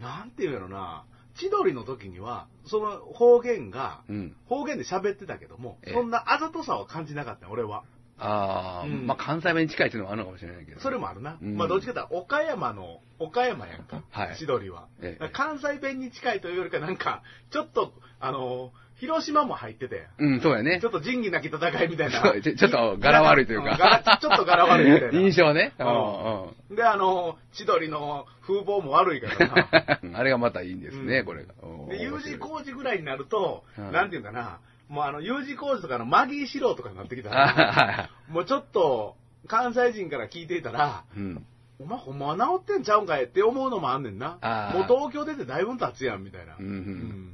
なんていうのな千鳥の時にはその方言がい。うん。方言で喋ってたけどもえ、えそんなあざとさは感じなかったよ俺は。ああ、うんまあ、関西弁に近いっていうのもあるのかもしれないけど。それもあるな。うんまあ、どっちかというと、岡山の、岡山やんか、はい千鳥は。ええだから関西弁に近いというよりか、なんか、ちょっと、あの、広島も入ってて、うん、そうやね。ちょっと仁義なき戦いみたいそな。う <laughs> ちょちょっと柄悪いといううんか。柄ちょっと柄悪いみたいな。 <laughs> 印象ね。ううんんうん。で、あの、千鳥の風貌も悪いからな。あれがまたいいんですね、うんこれが。うんで、U <laughs> 面白字い工事ぐらいになると、うんなんていうかな、もうあの、U 字工事とかのマギー四郎とかになってきたあら、はいはいもうちょっと、関西人から聞いていたら、うん。お前ほんまは治ってんちゃうんかいって思うのもあんねんなあ。ーもう東京出てだいぶん経つやん、みたいな。うんうん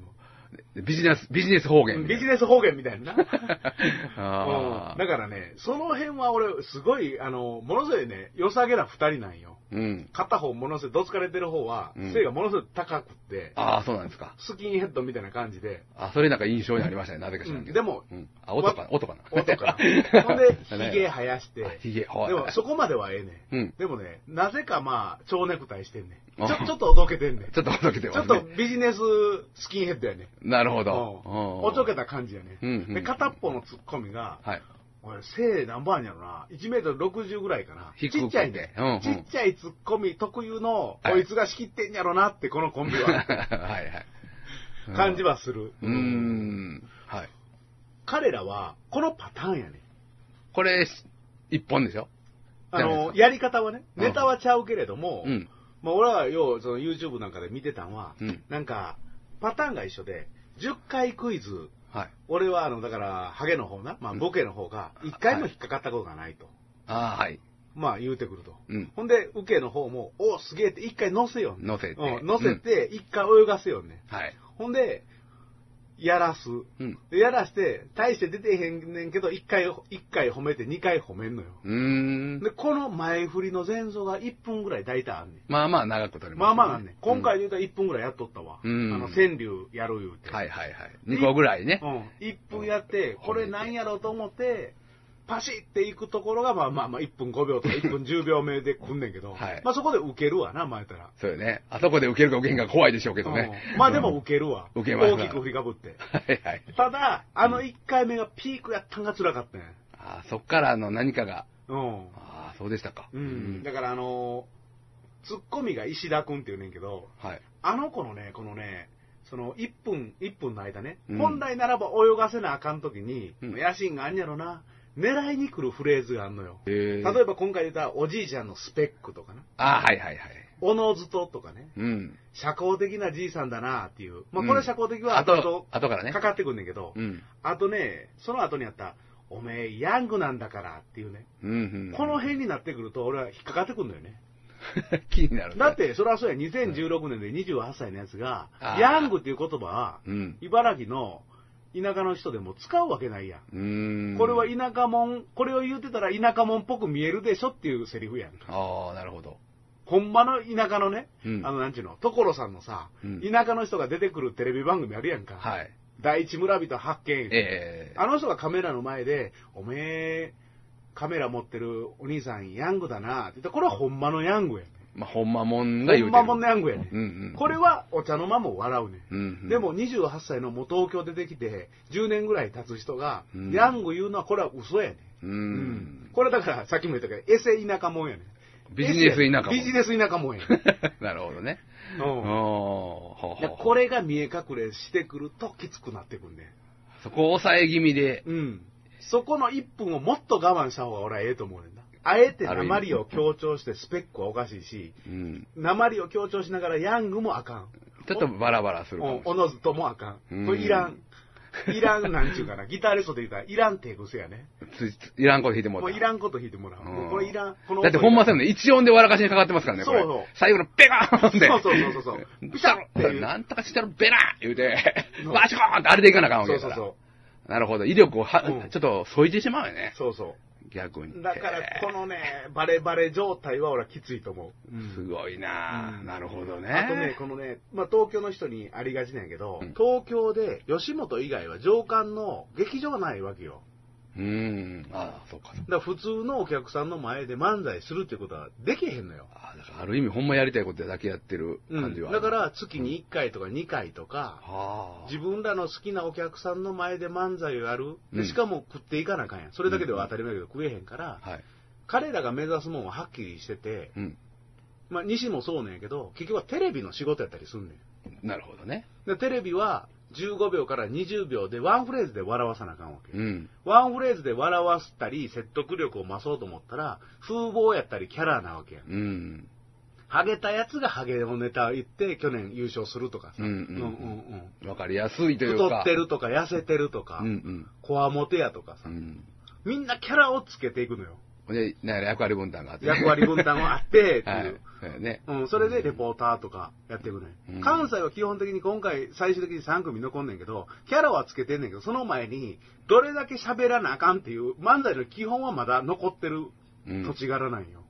ビジネス、ビジネス方言みたビいジな。ネス方言みたい <laughs> な。うんあだからね、その辺は俺、すごい、あの、ものすごいね、良さげな二人なんよ。ーうん。片方ものすごい、どつかれてる方はうん、背がものすごい高くって、ああ、そうなんですか。スキンヘッドみたいな感じ <laughs> で、あ、それなんか印象にありましたね、なぜか知らんけど。うんでもうん、あ、音かな、音かな。。音から <laughs> ほんで、ヒゲ生やしてあ、ひげ、はい。でもそこまではええねうんん。でもね、なぜかまあ、蝶ネクタイしてんねん。ちあょちょっとおどけてんねん。ちょっと音けちてょまっすとね。ビジネススキンヘッドやね。なるほうんど。うんおちょけた感じやねうんうん。で、片っぽのツッコミが、はい。俺、背何番やろな。1メートル60ぐらいかな。ちっ低くてちゃいねうんうん。ちっちゃいツッコミ特有の、はいこいつが仕切ってんやろなって、このコンビは、 <laughs> はいはい。感じはする。うーん。はい。彼らは、このパターンやね。これ、し一本でしょあじゃないですの、かやり方はね、うんネタはちゃうけれども、うん。まあ、俺はよう、その YouTube なんかで見てたんは、うんなんか、パターンが一緒で、10回クイズ、はい。俺は、あの、だから、ハゲの方な、まあ、ボケの方が、1回も引っかかったことがないと、ああ、はい。まあ、言うてくると。うん。ほんで、受けの方も、おすげえって1回乗せよんね。乗せて。うん、乗せて、1回泳がせよんね。うん。はい。ほんで、やらす。うん。でやらして、大して出てへんねんけど、1回、一回褒めて2回褒めんのよ。うーん。で、この前振りの前奏が1分ぐらい大体あんねん。まあまあ長く取れます、まあまあなんね。今回うんで言うたら1分ぐらいやっとったわ。うんあの、川柳やる言うて。はいはいはい。2個ぐらいね。うん。1分やって、これなんやろうと思って、パシっていくところが、まあまあまあ1分5秒とか1分10秒目で来んねんけど、はいまあそこで受けるわな、前から。そうよね。あそこで受けるか受けんか怖いでしょうけどうね。んまあでも受けるわ。うん受けます大きく振りかぶって。はいはい。ただ、あの1回目がピークやったんが辛かったんやあーそっからの何かが。うん。ああ、そうでしたか。うん。だからあのー、ツッコミが石田くんって言うねんけど、はい。あの子のね、このね、その1分、1分の間ね、うん本来ならば泳がせなあかんときに、うん野心があんやろな、狙いに来るフレーズがあんのよ。例例えば今回出たおじいちゃんのスペックとかな、ああ、はいはいはい。おのずととかね、うん。社交的なじいさんだなっていう、まあ、うんこれは社交的はあ後と々、あとからねか。かってくんねんけど、うん。あとね、その後にあった、おめえヤングなんだからっていうね、うんうん。この辺になってくると俺は引っかかってくんだよね。 <laughs> 気になるねだっ、て、それはそうや、2016年で28歳のやつがあ、ーヤングっていう言葉は、うん。茨城の田舎の人でも使うわけないやん。うーん。これは田舎もん、これを言ってたら田舎もんっぽく見えるでしょっていうセリフやんか。ああ、なるほど。ほんまの田舎のね、うんあのなんちゅうの、所さんのさ、うん田舎の人が出てくるテレビ番組あるやんか。はい。第一村人発見。ええあの人がカメラの前で、おめえ、カメラ持ってるお兄さん、ヤングだなって言ったらこれはほんまのヤングやねまあ、ほんまもんがん。言ほうんてる。まもんのヤングやね。うんんうん。これはお茶の間も笑うねん。うんうん、でも28歳のもう東京出てきて10年ぐらい経つ人が、うんヤング言うのはこれは嘘やねうん、ん。これだからさっきも言ったけど、エセ田舎もんやねん。ビジネス田舎もんビジネス田舎もんや <laughs> ねん。なるほどね。ううんん。ほうでほうこれが見え隠れしてくるときつくなってくんね。そこを抑え気味で。うん。そこの1分をもっと我慢した方が俺はええと思うねんな。あえて鉛を強調してスペックはおかしいし、うん。鉛を強調しながらヤングもあかん。ちょっとバラバラするかもしおおのずともあかうんん。これいらん。いらんなんちゅうかな。ギタリストで言ったらいらん手癖やね。れない。ついらんこと弾いてももらうったいらんこと弾いてもらう。うんもうこれいらん。こだってほんませんね。ね、一音で笑かしにかかってますからね、これ。そうそう最後のペガーンって。そうそうそうそう <laughs> そうピシャピシャっていッうなんとかしたらベラー言うてう、んバシコーンってあれでいかなあかんわけそうだかそら。うそう。なるほど。威力をは、うんちょっと、削いでしまうよね。そうそ逆に。う。だから、このね、バレバレ状態は俺はきついと思う。うんすごいなあなるほどね。あとね、このね、まあ、東京の人にありがちなんやけど、うん東京で吉本以外は上官の劇場ないわけよ。うーん。ああ、そうか、そうか。だから普通のお客さんの前で漫才するってことはできへんのよ。ああだからある意味、ほんまやりたいことだけやってるう感ん、じは、だか、ら月に1回とか2回とか、はあ。自分らの好きなお客さんの前で漫才をやる。うでんしかも食っていかなあかんやん。それだけでは当たり前やけど食えへんから、はい。彼らが目指すもんははっきりしてて、うん。まあ西もそうなんやけど、結局はテレビの仕事やったりすんねん。なるほどね。でテレビは15秒から20秒でワンフレーズで笑わさなあかんわけ、うん。ワンフレーズで笑わせたり説得力を増そうと思ったら風貌やったりキャラなわけやんうん。ハゲたやつがハゲのネタ言って去年優勝するとかさ、うんうんうんうんわかりやすいとういんう太か。ってるとか痩せてるとかうんこわもてやとかさ、うん。みんなキャラをつけていくのようん。で、なんや役割分担があって。役割分担はあってっていう、 <laughs> はい。そうやね。うん、それでレポーターとかやっていくね、うん関西は基本的に今回最終的に3組残んねんけど、キャラはつけてんねんけど、その前にどれだけ喋らなあかんっていう漫才の基本はまだ残ってるうん土地柄なんよ。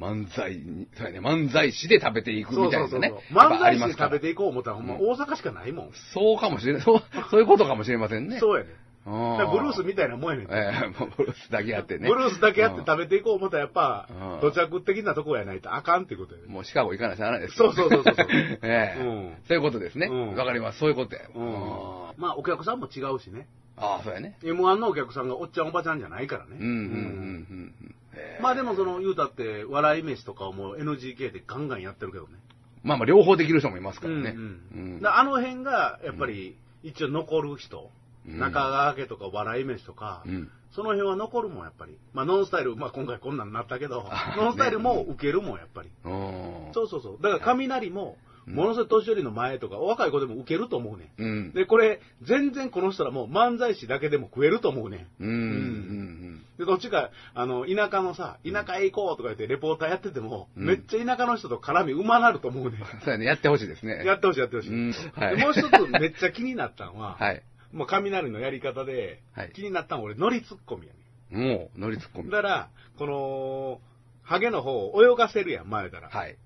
漫才に、そうやね、漫才師で食べていくそみうたいそうそなう。ね。やっ漫ぱあ才りま師ですから食べていこう思ったらほんまうん大阪しかないもん。そうかもしれない。そう、そういうことかもしれませんね。う。そうやねん。だからブルースみみたいなもんやねん。ええもうブルースだけやってね。ブルースだけやって食べていこう思ったらやっぱうん、土着的なとこやないとあかんってことやねもうシカゴ行かなしゃあないです。そうそうそうそう <laughs> ええうんそういうことですね。わ、うんかります。そういうことや。うんあ。まあお客さんも違うしね。あ、そうやね。 M1 のお客さんがおっちゃんおばちゃんじゃないからね。うんうんうんうんうん。ええまあでもその言うたって笑い飯とかをもう NGK でガンガンやってるけどね。まあまあ、両方できる人もいますからね。うんうんだからあの辺がやっぱり一応残る人、うん中川家とか笑い飯とか、うんその辺は残るもんやっぱり。まあノンスタイル、まあ今回こんなんなったけどあ、ノンスタイルも受けるもんやっぱり。うんそうそうそう。だから雷も、ものすごい年寄りの前とか、お若い子でも受けると思うねうんん。。で、これ、全然この人らもう漫才師だけでも食えると思うねん。うん。うん。で、どっちか、あの、田舎のさ、田舎へ行こうとか言ってレポーターやってても、うんめっちゃ田舎の人と絡みうまなると思うね。そうやね。やってほしいですね。やってほしい、やってほしい。うんはいでもう一つめっちゃ気になったのは、はい。もう雷のやり方で、はい気になったのは俺、乗りツッコミやねもう、乗りツッコん。ミ。だから、この、ハゲの方を泳がせるやん、前から。はい。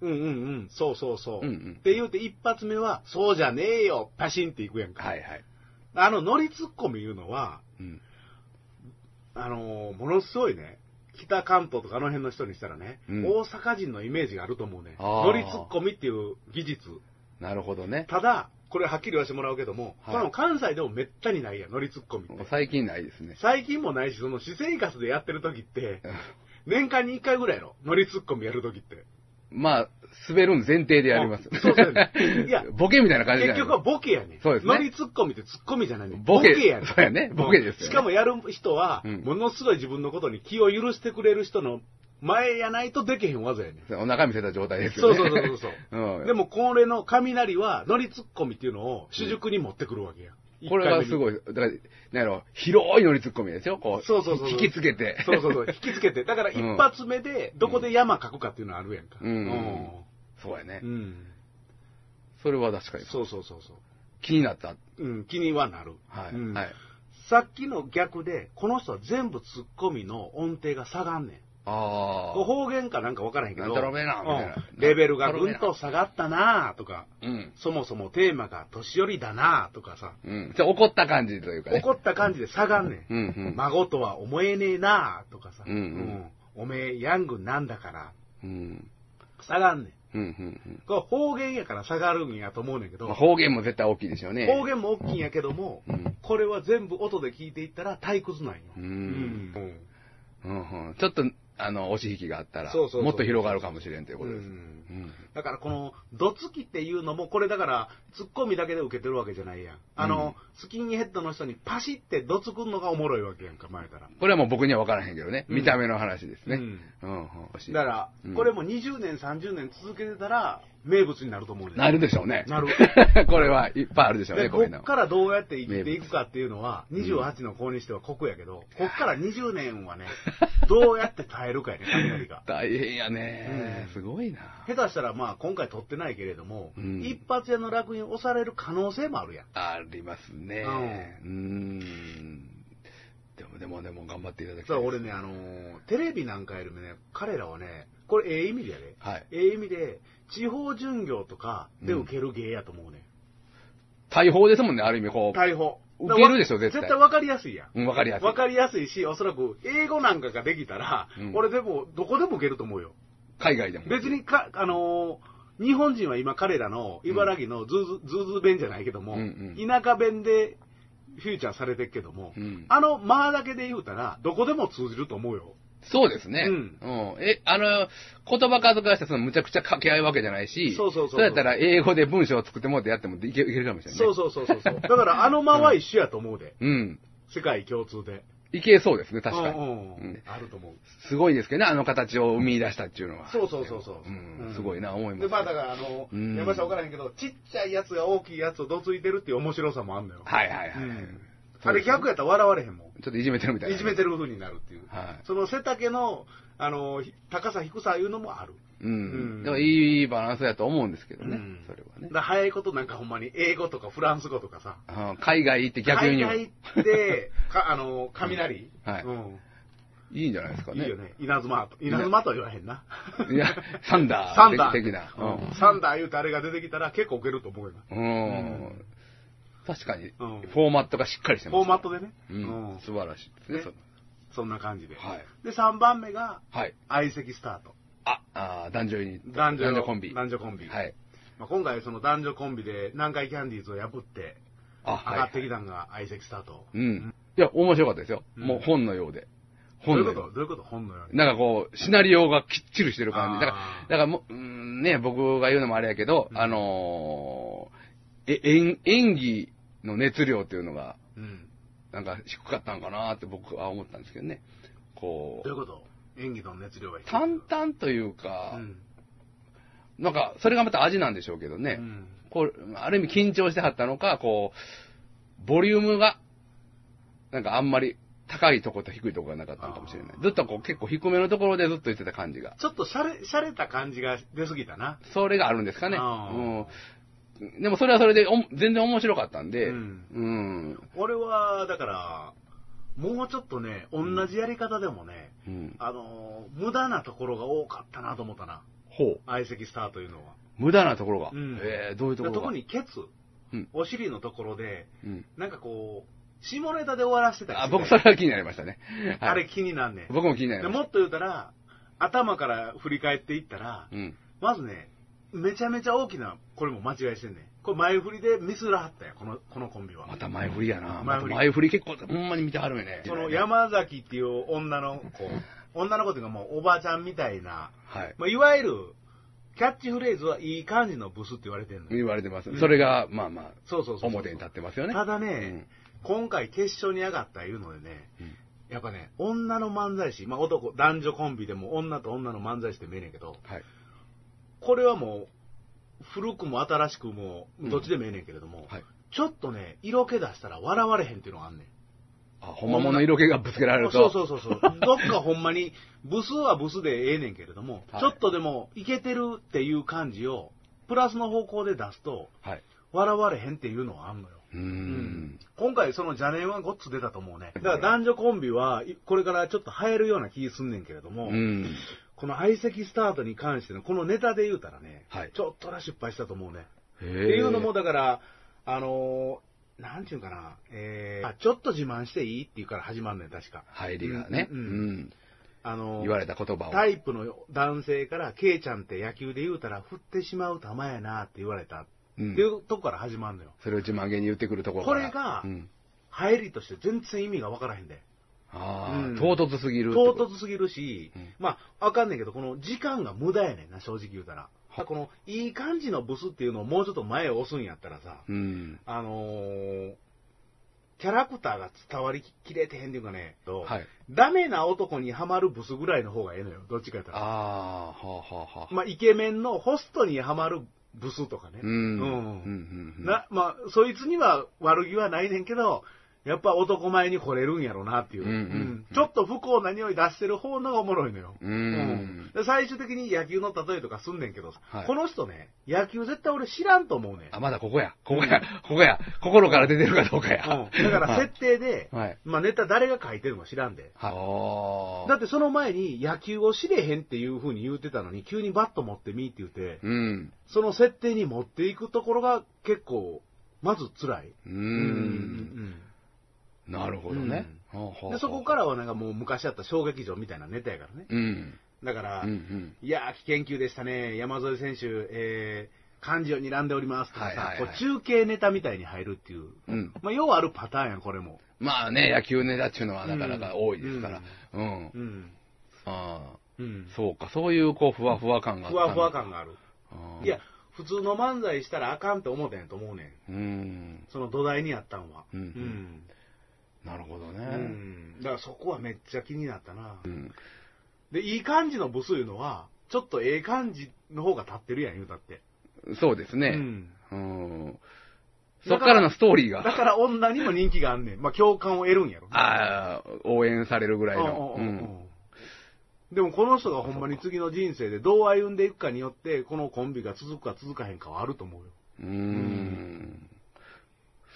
うんうんうん、そうそうそう。うんうんって言うて一発目は、そうじゃねえよ、パシンっていくやんか。はいはい。あの、乗りツッコミいうのは、うん。あのーものすごいね、北関東とかあの辺の人にしたらね、うん大阪人のイメージがあると思うね。あー乗りツッコミっていう技術。なるほどね。ただ、これはっきり言わせてもらうけども、はいこれも関西でもめったにないやん、乗りツッコミって。最近ないですね。 <laughs> 最近もないし、その私生活でやってる時って、年間に1回ぐらいの乗りツッコミやる時って。まあ、滑るん前提でやりますうん。そうそうねいや <laughs> ボケみたいな感じじゃ結ない局はボケやねん。そうですね乗りツッコミってツッコミじゃないねんボケやねん。そうやねボケですよねしかもやる人は、うんものすごい自分のことに気を許してくれる人の前やないとできへん技やねん。お腹見せた状態ですよそうね。そうそうそうそう。 <laughs> うんでも、これの雷は、乗りツッコミっていうのを主軸に持ってくるわけや。これはい。すごい。だから、なんやろ、広い乗りツッコミですよ。こう、そうそうそうそう。引きつけて。そうそうそう。引きつけて。だからうん一発目で、どこで山書くかっていうのはあるやんか。うんそうやねう。ん。それは確かに。そうそうそうそ気になった。う。うん、気にはなる。はい。うんはい。さっきの逆で、この人は全部ツッコミの音程が下がんねん。あこう方言かなんかわからへんけど、なんちゃらおめえなみたいなうんレベルがぐんと下がったなぁとか、あ。うん。そもそもテーマが年寄りだなぁとかさ、うん。じゃ怒った感じというかね。怒った感じで下がんねん。うんうん。孫とは思えねえなぁとかさ、うんうんおめえヤングなんだから、うん。下がんねん。うんうんうん。これ方言やから下がるんやと思うねんけど、まあ方言も絶対大きいでしょうね。方言も大きいんやけども、うんこれは全部音で聞いていったら退屈なんよ。う。うんんうんうん。ちょっと、あの、押し引きがあったら、そうそうそうもっと広がるかもしれんということです。ううんん。だからこの、どつきっていうのも、これだから、ツッコミだけで受けてるわけじゃないやん。あの、スキンヘッドの人にパシってどつくのがおもろいわけやんか、前から。これはもう僕には分からへんけどね。うん見た目の話ですね。ううんん。うん。だからう、んこれも20年、30年続けてたら、名物になると思うねんなるでしょうね。なる。 <laughs> これはいっぱいあるでしょうで、ね、ここういっうの。からどうやって生きていくかっていうのは、28の子にしては酷やけど、こっから20年はね、 <laughs> どうやって耐えるかやね、雷 <laughs> が。大変やねう。んすごいな。下手したら、まあ、今回撮ってないけれども、うん一発屋の楽園押される可能性もあるやん。ありますね。うーん。でも、でも、でも、頑張っていただきそたうい。俺ね、あのーテレビなんかよりもね、彼らはね、これええ意味でやで、はい。ええ意味で、地方巡業とかで受ける芸やと思うね、大砲ですもんね、ある意味、こう。逮捕。受けるでしょ絶対絶対分かりやすいやん。うん、わかりやすい分。かりやすいし、おそらく英語なんかができたら、うん俺でも、どこでも受けると思うよ。海外でも。別にか、あのー日本人は今彼らの茨城のズーズ,、ズーズー弁じゃないけども、うんう田舎弁でフューチャーされてるけども、うんあの間だけで言うたら、どこでも通じると思うよ。そうですね。うんうん。え、あの、言葉数からしてそのむちゃくちゃ掛け合いわけじゃないし、そうそうそうそうやったら英語で文章を作ってもらってやってもいけいけるかもしれない、ね。そうそうそうそうそう。だからあの間は一緒やと思う <laughs> で。う。うん。世界共通で。いけそうですね、確かに。うんうんうんあると思う。すごいですけどね、あの形を生み出したっていうのは。そうそうそうそう。んうんすごいな、思います。で、まあだから、あの、うん山下わからへんけど、ちっちゃいやつが大きいやつをどついてるっていう面白さもあんのよ。はいはいはうい。んあそうれですね逆やったら笑われへんもちょっといじめてるみたいん。な。いじめてる風になるっていう。はいその背丈の、あの、ひ高さ低さいうのもある。ううんん。だからいいバランスだと思うんですけどね、うんそれはだねから早いことなんかほんまに英語とかフランス語とかさ。あー。海外行って逆輸入。海外って、かあの、雷、うんはいうんいいんじゃないですかいいね。よね。稲妻と。稲妻とは言わへんな。い <laughs> や、サンダー。サンダー。的な。ううんんサンダー言うてあれが出てきたら結構受けると思うよな。うん確かに、うんフォーマットがしっかりしてフまォす。ーマットでね。うん。素晴らしいですねね。そのそんな感じで。はいで、3番目が、はい。相席スタート。あ、あー男女ユニット。男女コンビ。男女コンビはい。まあ、今回その男女コンビで南海キャンディーズを破って、あ、上がってきた。たのが相席スタート。うん。いや、面白かったですよ。うんもう本のようで。どう本いうのこよとどういうこと本のように。なんかこう、シナリオがきっちりしてる感じ。だかあーら、だからもう、うーんね、僕が言うのもあれやけど、うんあのーえ、演演技の熱量っていうのが、うん。なんか低かったんかなって僕は思ったんですけどね。こどういうこと演技の熱量が低う、い淡々というか、うん。なんか、それがまた味なんでしょうけどね。うんこう、ある意味緊張してはったのか、こう、ボリュームが、なんかあんまり高いとこと低いとこがなかったのかもしれないあ。ーずっとこう結構低めのところでずっと言ってた感じが。ちょっとシャレ、シャレた感じが出すぎたな。それがあるんですかね。あーうん。でもそれはそれでおも全然面白かったんで、ううんん。俺は、だから、もうちょっとね、同じやり方でもね、うんあのー、無駄なところが多かったなと思ったな。ほう。相席スターというのは。無駄なところが。うんえーどういうところが特にケツ、うんお尻のところで、うん。なんかこう、下ネタで終わらせてたりあ、して僕それは気になりましたね。はいあれ気になんねん。僕も気になりでましもっと言うたら、頭から振り返っていったら、た。うん。まずね、めちゃめちゃ大きな、これも間違いしてんねん。これ前振りでミスらはったよ、この、このコンビは。また前振りやな。前振前振りり前振り結構、ほんまに見てはるよね。その山崎っていう女の <laughs> 子、女の子っていうかもうおばあちゃんみたいな、はい。まあ、いわゆる、キャッチフレーズはいい感じのブスって言われてんのよ。言われてますうん。それが、まあまあ、そうそうそうそう。表に立ってますよね。ただね、今回決勝に上がったいうのでね、うんやっぱね、女の漫才師、まあ男、男女コンビでも女と女の漫才師って見えねんけど、はい。これはもう、古くも新しくも、どっちでもええねんけれども、はい。ちょっとね、色気出したら笑われへんっていうのがあんねん。あ、ほんまもの色気がぶつけられると。そうそうそうそう。どっかほんまに、ブスはブスでええねんけれども、はいちょっとでも、いけてるっていう感じを、プラスの方向で出すと、はい。笑われへんっていうのはあんのよ。うーん。今回その邪念はごっつ出たと思うね。だから男女コンビは、いこれからちょっと流行るような気すんねんけれども、うん。この相席スタートに関しての、このネタで言うたらね、はいちょっとな失敗したと思うね。ってっていうのも、、だから、あのーなんていうんかな、えーあ、ちょっと自慢していいっていうから始まんねん、確か。入りがね、ううんんうんあのー言われた言葉を。タイプの男性から、ケイちゃんって野球で言うたら、振ってしまう球やなって言われたうっていん、うとこから始まるのよ。それを自慢げに言ってくるところから。これがうん、入りとして全然意味がわからへんで。ああ、うん唐突すぎるって唐こと。突すぎるし、うんまあ、わかんないけど、この時間が無駄やねんな、正直言うたら。この、いい感じのブスっていうのをもうちょっと前を押すんやったらさ、うん。あのーキャラクターが伝わりきれてへんっていうかね、とはい。ダメな男にはまるブスぐらいの方がええのよ、どっちかやったあら。あ、はあはあはあ。まあ、イケメンのホストにはまるブスとかね。うん。ううんんうんうんな、まあ、そいつには悪気はないねんけど、やっぱ男前に惚れるんやろなっていう。うんうんちょっと不幸な匂い出してる方のがおもろいのよ。うんうんで最終的に野球の例えとかすんねんけど、はいこの人ね、野球絶対俺知らんと思うねん。あ、まだここや。ここや。ここや。心から出てるかどうかうんや。だからはい設定で、はい。まあネタ誰が書いてるの知らんで。はい。おーだってその前に野球を知れへんっていう風に言うてたのに、急にバット持ってみーって言って、うん。その設定に持っていくところが結構、まず辛い。う。うんなるほどね。うんでで、そこからはなんかもう昔あった小劇場みたいなネタやからね。うん。だから、うんうん。いやー、危険球でしたね。山添選手、えー、漢字を睨んでおりますとかさ、はいはいはいこう中継ネタみたいに入るっていう。うんまあ、ようあるパターンやん、これも。まあね、野球ネタっていうのはなかなか多いですから。うん。うん。あうんあ、。そうか。そういう、こう、ふわふわ感があっふたのわふわ。感がある。ああいや、、普通の漫才したらあかんって思ったんやと思うねん。うん。その土台にあったんは。うんうん。なるほどうね。ん。だからそこはめっちゃ気になったな。うん。で、いい感じのブスいうのは、ちょっとええ感じの方が立ってるやん、言うたって。そうですうね。ん。うん。そっからのストーリーだが、から女にも人気があんねん。まあ、共感を得るんやろ。ああ、応援されるぐらいの。ううんうんうんうんん。でもこの人がほんまに次の人生でどう歩んでいくかによって、このコンビが続くか続かへんかはあると思うよ。うーん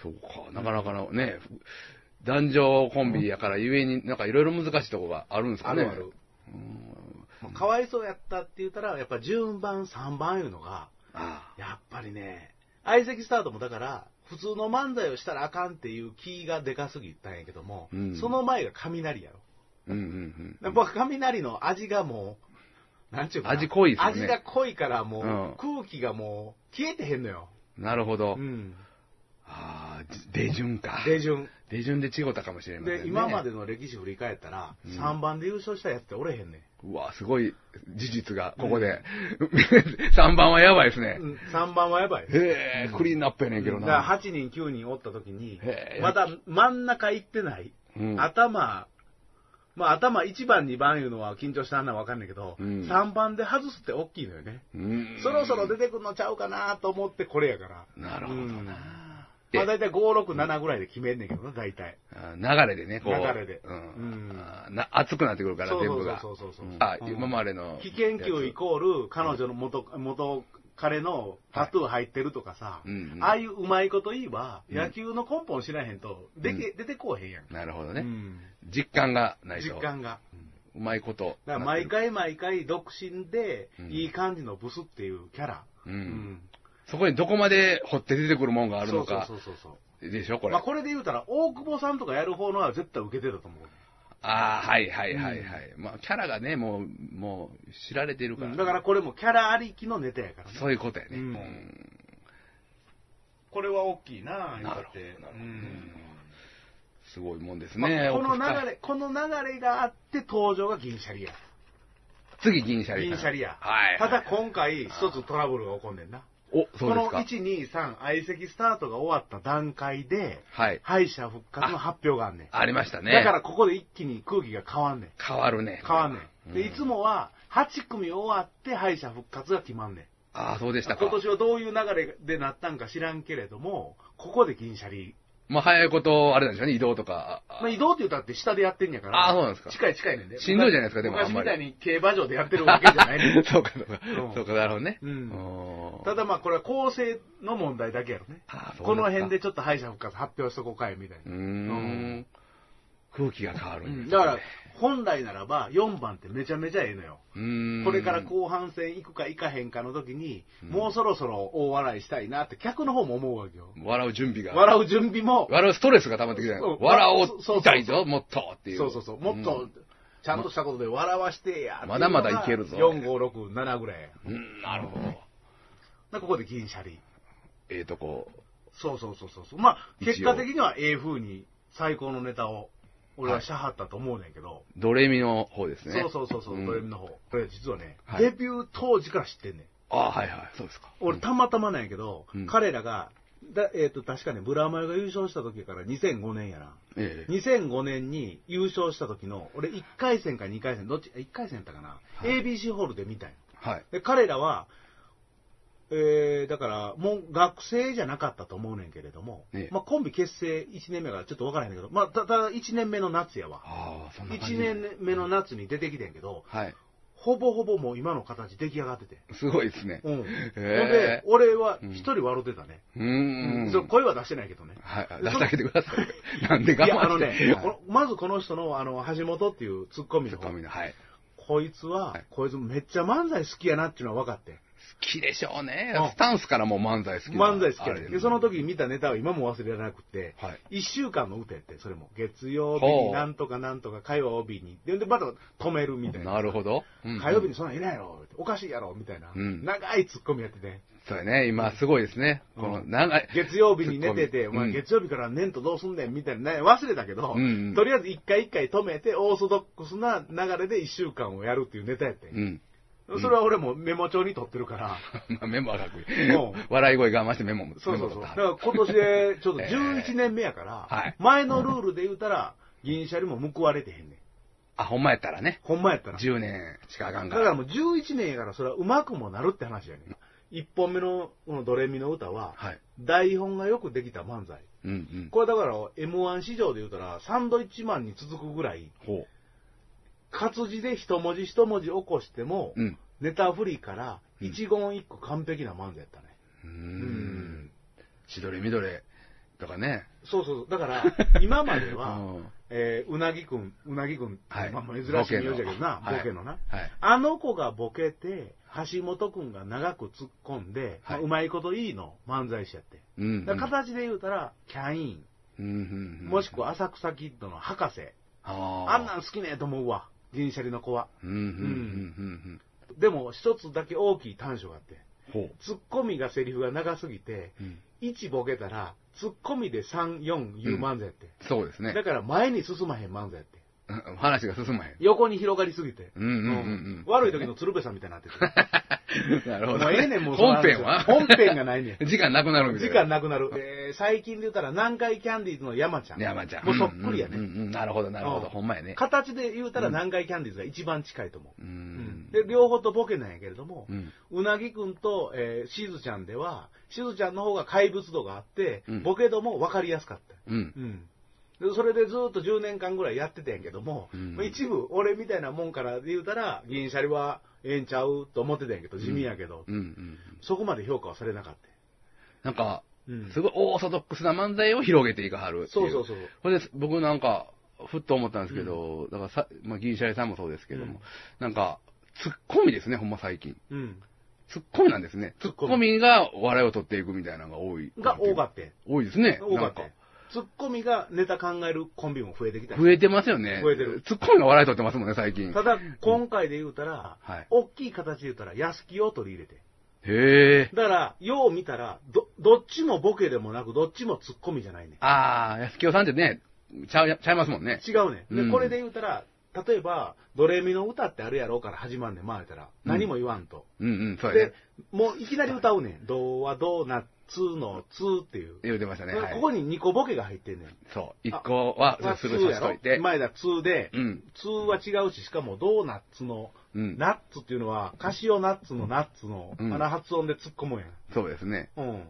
そうか、なかなかのね、男女コンビやからゆえに、なんかいろいろ難しいとこがあるんですかね。。うんまあかわいそうやったって言ったら、やっぱ順番3番いうのが、あやっぱりね、相席スタートもだから、普通の漫才をしたらあかんっていう気がでかすぎたんやけども、うんその前が雷やろ。あ、うんうんうん。やっぱ雷の味がもう、なんちゅうかな味濃いですよね味が濃いからもう、う空気がもう、消えてへんのよ。なるほど。うん。ああ、じ出順か。手順。出順で違ったかもしれませんね。で、今まで。の歴史振り返ったら、うん3番で優勝したやつっておれへんねうわ、すごい事実が、ここで。3番はやばいですねん。。3番はやばい。へえ、クリーンアップやねんけどだからな。 8人、9人おった時にへ、えまだ真ん中行ってない。うん頭、まあ頭1番、2番いうのは緊張したんなわかんないけど、うん3番で外すって大きいのよね。うんそろそろ出てくんのちゃうかなと思ってこれやから。なるほどうんな。まあ大体5、6、7ぐらいで決めんねんけどな、大体。あ流れでね、こう。流れでううんん。あな熱くなってくるから、全部が。そうそうそうそうそうあ、うん今までの。危険球イコール、彼女の元、元彼のタトゥー入ってるとかさ、うんうんああいううまいこと言えば、うん野球の根本知らへんと、でけ、出てこうへんやん。なるほどうね。ん実感がないと。実感が。うまいこと。だから毎。回毎回独身でう、んいい感じのブスっていうキャラ。う。うんそこにどこまで掘って出てくるもんがあるのかそ。うそうそうそうでしょ、これ。まああこれで言うたら、大久保さんとかやる方のは絶対受けてたと思う。あー、はいはいはいはい。まあ、キャラがね、もう、もう、知られてるかうら。んだからこれもキャラありきのネタやからね。そういうことやね。ううんんこれは大きいな言うたってなるほどなるほどうんすごいもんですまあね。この奥流深い。れ、この流れがあって登場が銀シャリや。次、銀シャリ。銀シャリや。はい。ただ今回、一つトラブルが起こんねんな。お、そうこでのすか。 1、2、3、相席スタートが終わった段階で、はい。敗者復活の発表があんねん。ありましたね。だからここで一気に空気が変わんねん。変わるね。変わんねん。で、ういつもは8組終わって敗者復活が決まんねん。ああ、そうでしたか。今年はどういう流れでなったんか知らんけれども、ここで銀シャリまあ、早いこと、あれなんでしょうね、移動とか。あまあ、移動って言ったって下でやってんやから。あそうなんですか近い近いねんで。しんどいじゃないですかでもあん昔まみりたいに競馬場でやってるわけじゃない <laughs> ねんそうか、そうかう。んそうか、なるほどね。うんおーただまあ、これは構成の問題だけやろね。あーそうですかこの辺でちょっと敗者復活発表しとこうかい、みたいうーな。ん。空気が変わるうんんですだよかねら、本来ならば、4番ってめちゃめちゃええのよ。うーんこれから後半戦行くか行かへんかの時に、もうそろそろ大笑いしたいなって客の方も思うわけよ。笑う準備が。笑う準備も、笑うストレスが溜まってきてない。そう笑そうそうおそうう、痛いぞ、もっとっていう。そうそうそう、もっと、ちゃんとしたことで笑わしてやっていうのが。まだまだいけるぞ4、5、6、7ぐらいや。うん。うん、なるほど。でここで銀シャリ。ええとこ。そうそうそうそうそう。まあ、一応結果的にはええ風に最高のネタを、俺はしはったと思うねんけど、ドレミの方ですね。そうそうそうそう、んドレミの方。これ実はね、はいデビュー当時から知ってんねん。ああ、はいはい。そうですか。俺たまたまなんやけど、うん彼らが、だえっ、と、確かね、ブラマヨが優勝した時から2005年やな。ええ2005年に優勝した時の、俺1回戦か2回戦、どっち、1回戦やったかな、はい ABC ホールで見たんよはい。で、彼らは、えー、だから、もう学生じゃなかったと思うねんけれども、ええまあコンビ結成1年目からちょっとわからへんけど、まあただ1年目の夏やわ。ああ、そんな感じ。 1年目の夏に出てきてんけど、はい。ほぼほぼもう今の形出来上がってて。すごいですね。うん。へえほんで、俺は一人笑ってたね。うーん。そう声は出してないけどね。はい。出してあげてください。なんで我慢して。いや、あのね、はいこのまずこの人の、あの、橋本っていうツッコミツのッコミの、はい。こいつは、はいこいつめっちゃ漫才好きやなっていうのは分かってん。好きでしょうねうん。スタンスからもう漫才好きな漫才好きやねあれんすで、その時に見たネタは今も忘れられなくて、はい一週間の歌やってんそれも。月曜日になんとかなんとか、火曜日に。で、でまた止めるみたいな。なるほど。うん火曜日にそんなんいないやろ、おかしいやろ、みたいな。うん長いツッコミやってて。そうやね、今すごいですね。うんこの長い。月曜日に寝てて、ツッおコミ前うん月曜日から寝んとどうすんねんみたいな、忘れたけど、うんうんとりあえず一回一回止めて、オーソドックスな流れで一週間をやるっていうネタやって、うん。 <laughs> それは俺もメモ帳に取ってるから、まあメモは書くうん。笑い声我慢してメモも。そうそうそう。だメモか取っら今年でちょっとええ11年目やから、はい前のルールで言うたら、銀シャリも報われてへんねん。たあ、ほんまやったらね。ほんまやったら。 10年しかあかんだかからら。もう11年やから、それはうまくもなるって話やねん。一本目のこのドレミの歌は、はい。台本がよくできた漫才。うんうん。これだから M1 史上で言うたらサンドイッチマンに続くぐらいほ活字で一文字一文字起こしても、う。うん。ネタ振りからうん一言一句完璧な漫才やったね、うー。うんしどれみどれとかね。そうそうそうだから <laughs> 今までは、うんえーうなぎくんうなぎくん、はいまあ、まあ珍しい名字やけどなボケのボケのな、はい。あの子がボケて橋本くんが長く突っ込んで、まあはいうまいこといいの漫才師やってうんうん。だから形で言うたらキャイン、うんうんうん。もしくは浅草キッドの博士、ああんーなん好きねえと思うわ銀シャリの子はうんうんうんでも一つだけ大きい短所があって、うんうん。ほツッコミがセリフが長すぎて、う。うん1ボケたら、ツッコミで3、4言う漫才やって。そうですねだ。から前に進まへん漫才やって。うん話が進まへん。横に広がりすぎて。うんうんうんうん悪い時の鶴瓶さんみたいになってて。 <laughs> なるほもどうね。ええねん、もうその本話編は本編がないね <laughs> ん。時間なくなるみた時いな。間なくなる。えー最近で言ったら南海キャンディーズの山ちゃん。山ちゃん。もうそっくりやうんね。うんうんなるほど、なるほど。うんほんまやね。形で言うたら南海キャンディーズが一番近いと思う。ううんん。で、両方とボケなんやけれども、うんうなぎくんと、えーしずちゃんでは、しずちゃんの方が怪物度があって、うんボケ度も分かりやすかった。うん。うん。でそれでずっと10年間ぐらいやってたんやけども、うんまあ一部、俺みたいなもんから言うたら、銀シャリはええんちゃうと思ってたんやけど、地味やけど、うんうん。そこまで評価はされなかった。なんか、うんすごいオーソドックスな漫才を広げていかはるっていそうそうそう。ほんで、僕なんか、ふっと思ったんですけど、だからさ、まあ、銀シャリさんもそうですけども、うんなんか、ツッコミですね、ほんま最近。うん。ツッコミなんですね。ツツッッコミコミが笑いを取っていくみたいなのが多い。が多かった。多いですね。多かなんったか。。ツッコミがネタ考えるコンビも増えてきた。増えてますよね。増えてるツッコミが笑い取ってますもんね、最近。ただ、今回で言うたら、はい大きい形で言うたら、安木を取り入れて。へえ。だから、よう見たら、ど、どっちもボケでもなく、どっちもツッコミじゃないね。ああ、安清さんってね、ちゃう、ちゃいますもんね。違うね。で、うんこれで言うたら、例えば、ドレミの歌ってあるやろうから始まんねん、まあ言うたら。うん何も言わんと。うんうん、そうでやね。、もういきなり歌うねん。ドはドーナツのツーっていう。言うてましたね。はいここに2個ボケが入ってんねん。そう。一個は、まあツすぐー刺やしろといて。前だ、ツーで、うん。ツーは違うし、しかもドーナツの、うん。ナッツっていうのは、カシオナッツのナッツの、うんあの発音で突っ込むやん。そうですね。うん。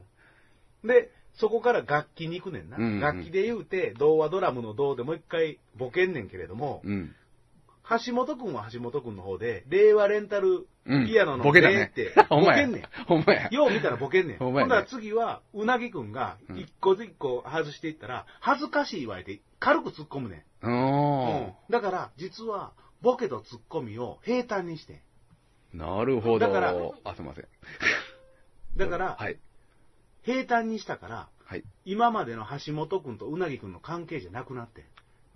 で、そこから楽器に行くねんな。うんうん楽器で言うて、童話ドラムの童でもう一回ボケんねんけれども、うん。橋本くんは橋本くんの方で、令和レンタルうん。ピアノのボケだねって、。 <laughs> ほんまボケやんねん。。ほんまや。よう見たらボケんねん。ほほんんまやねなら次は、うなぎくんが、うん一個ずつ一個外していったら、恥ずかしい言われて、軽く突っ込むねん。おうんだから、実は、ボケとツッコミを平坦にしてん。ー。なるほど。だからあ、すいません。だから、はい。平坦にしたから、はい。今までの橋本くんとうなぎくんの関係じゃなくなってん。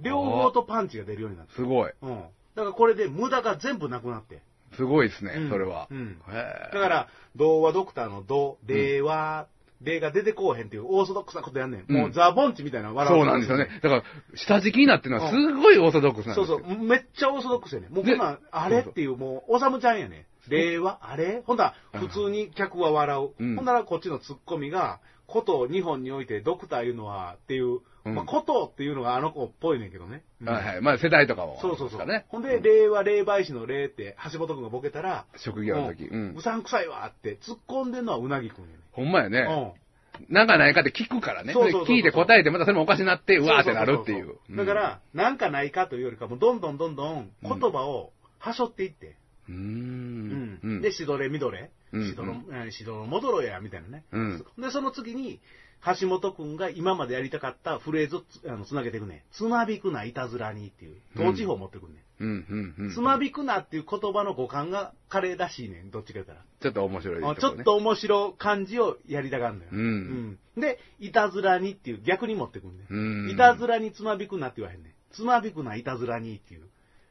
両方とパンチが出るようになってすごい。ん。うん。だからこれで無駄が全部なくなってん。すごいですねう、んそれは。うんへーだか、ら、童話ドクターの童、令和、令が出てこうへんっていうオーソドックスなことやんねん。もううんザ・ボンチみたいな笑そうなんですよね。。だから、下敷きになってるのはうすごいオーソドックスなんですそようそう、めっちゃオーソドックスやねん。もうこんなん、あれっていう、もう、おさむちゃんやねん。令和、あれほんだら、普通に客は笑う。うんほんなら、こっちのツッコミが、ことを日本においてドクターいうのはっていう、うんまあ、ことっていうのがあの子っぽいねんけどね。うんはいはい。まあ、世代とかも。そうそうそう。ね。ほんで、令和、霊媒師の霊って、橋本くんがボケたら、職業の時。ううんんう。さんくさいわって、突っ込んでんのはうなぎくんやねん。ほんまやね。うんなんかないかって聞くからね。そうそうそうそうで聞いて答えて、またそれもおかしなって、うわーってなるっていそうそ。そそだから、なんかないかというよりかも、どんどんどんどん言葉をはしょっていって、うん、ううんん。うん。で、しどれみどれ、うんしどろ、えしどろもどろや、みたいなね。うんで、その次に、橋本くんが今までやりたかったフレーズをつあのつなげていくね。つまびくないたずらにっていう、統治法を持ってくんね、うん、うん、うん。ん。つまびくなっていう言葉の語感が華麗らしいねん、どっちか言ったら。ちょっと面白いあこねちょっ。と面白感じをやりたがるのよ、うんうんで、いたずらにっていう、逆に持ってくんね、うんいたずらにつまびくなって言わへんねん。つまびくないたずらにっていう。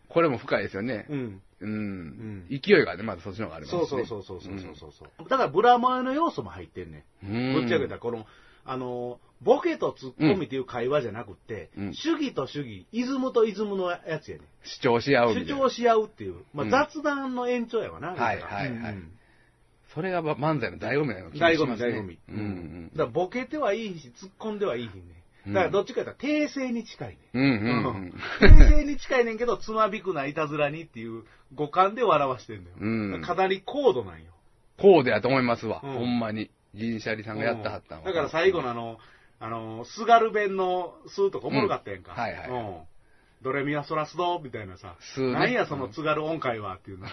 これも深いですよね。うん。うん。ん勢いがね、まずそっちの方がありますそね。うそうそうそうそうそうそう、だからブラマヨの要素も入ってんねうん。ん。どっちかげたら、この、あの、ボケとツッコミっていう会話じゃなくって、うん主義と主義、イズムとイズムのやつやねん。主張し合うみた主いな。張し合うっていう、まうんあ、雑談の延長やわな、はいだからはいはいうんそれがま漫才の醍醐味なの醍醐味、醍醐味。うんうんだからボケてはいいし、突っ込んではいいね。だからどっちかやったら訂正に近いね。うんうん訂正に近いねんけど、つまびくないたずらにっていう五感で笑わしてんだよ。うんかなり高度なんよ。こうでやと思いますわ。うんほんまに。銀シャリさんがやったはったんうはんだから最後のあの、あの、すがる弁のスーとかおもろかったやんか。うんはいはいうんドレミアソラスドみたいなさ。スーね何やその津軽音階はっていうの。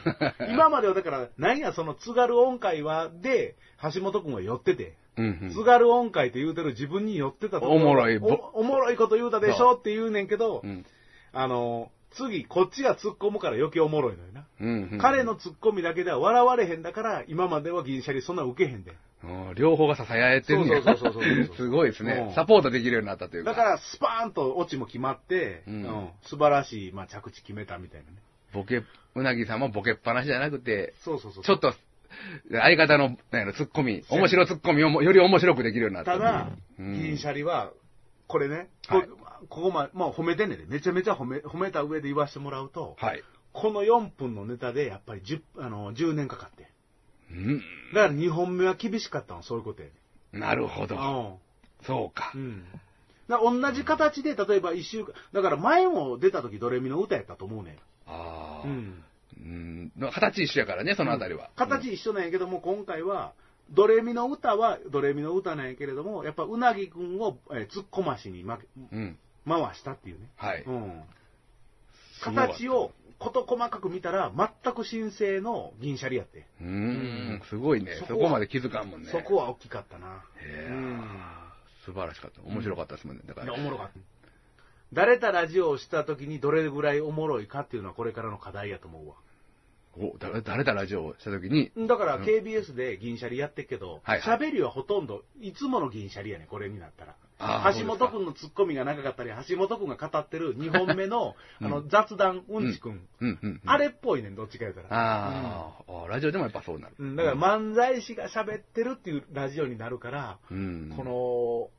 今まではだから、何やその津軽音階はで、橋本くんは寄ってて。うん津軽音階って言うてる自分に寄ってたところおもろいおおもろいこと言うたでしょって言うねんけど、うん。あの、次、こっちが突っ込むから余計おもろいのよな。うんうん彼の突っ込みだけでは笑われへんだから、今までは銀シャリそんな受けへんで。うん両方が支え合えてるんやそうそうそうそうそう <laughs> すごいですうねん。サポートできるようになったというか。だから、スパーンとオチも決まって、うんうん素晴らしい、まあ、着地決めたみたいなね。ボケ、うなぎさんもボケっぱなしじゃなくて、そうそうそう。ちょっと、相方の、なんやろ、ツッコミ、面白ツッコミをもより面白くできるようになった。ただ、うん銀シャリは、これね、こ,、はいここま、まあ、褒めてんねんで、めちゃめちゃ褒め、褒めた上で言わせてもらうと、はい。この4分のネタで、やっぱり 10, あの10年かかってん。うん。だから2本目は厳しかったの、そういうことやね。なるほど。うそうか。ん。うん。だから同じ形で、例えば一週間、だから前も出た時ドレミの歌やったと思うねああ。ん。うん。うん。形一緒やからね、そのあたりは。形一緒なんやけども、今回は、ドレミの歌はドレミの歌なんやけれども、やっぱうなぎくんをえー突っ込ましにまけうん。回したっていうね。はい。うん。すごかった形を事細かく見たら、全く新生の銀シャリやって。うーん、すごいね。そそこはこまで気づかんもんね。そこは大きかったな。へえうん素晴らしかった。面白かったですもんね。だかいや、ら。おもろかった。誰たラジオをした時にどれぐらいおもろいかっていうのはこれからの課題やと思うわ。お、だ誰だラジオをした時に、だから KBS で銀シャリやってっけど、はいはい喋、りはほとんどいつもの銀シャリやねんこれになったらあ。ー橋そ本うですかくんのツッコミが長かったり、橋本くんが語ってる2本目のうんあの雑談うんちくん,、うん、うん。あれっぽいねん、どっちか言うたら。あー、あー、ラジオでもやっぱそうなる。うん、だからま、漫才師が喋ってるっていうラジオになるから、うん。この、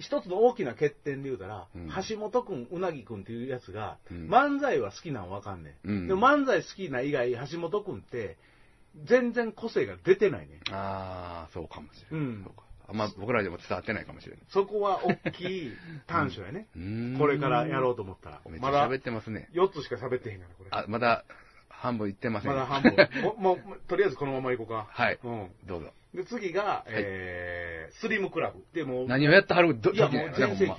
一つの大きな欠点で言うたら、うん橋本くん、うなぎくんっていうやつが、うん漫才は好きなんわかんねん。うんでも漫才好きな以外、橋本くんって、全然個性が出てないね。ああ、そうかもしれない。うんそうかあんま僕らでも伝わってないかもしれない。そこは大きい短所やね。 <laughs> うーんこれからやろうと思ったら。めっちまゃだ喋ってますね。 4つしか喋ってへんから、これ。あ、まだ半分いってません。まだ半分。ももう、とりあえずこのまま行こうか。 <laughs> はいうん。どうぞ。で、次が、えスリムクラブ。でもう、何をやってはるどいやもう全盛期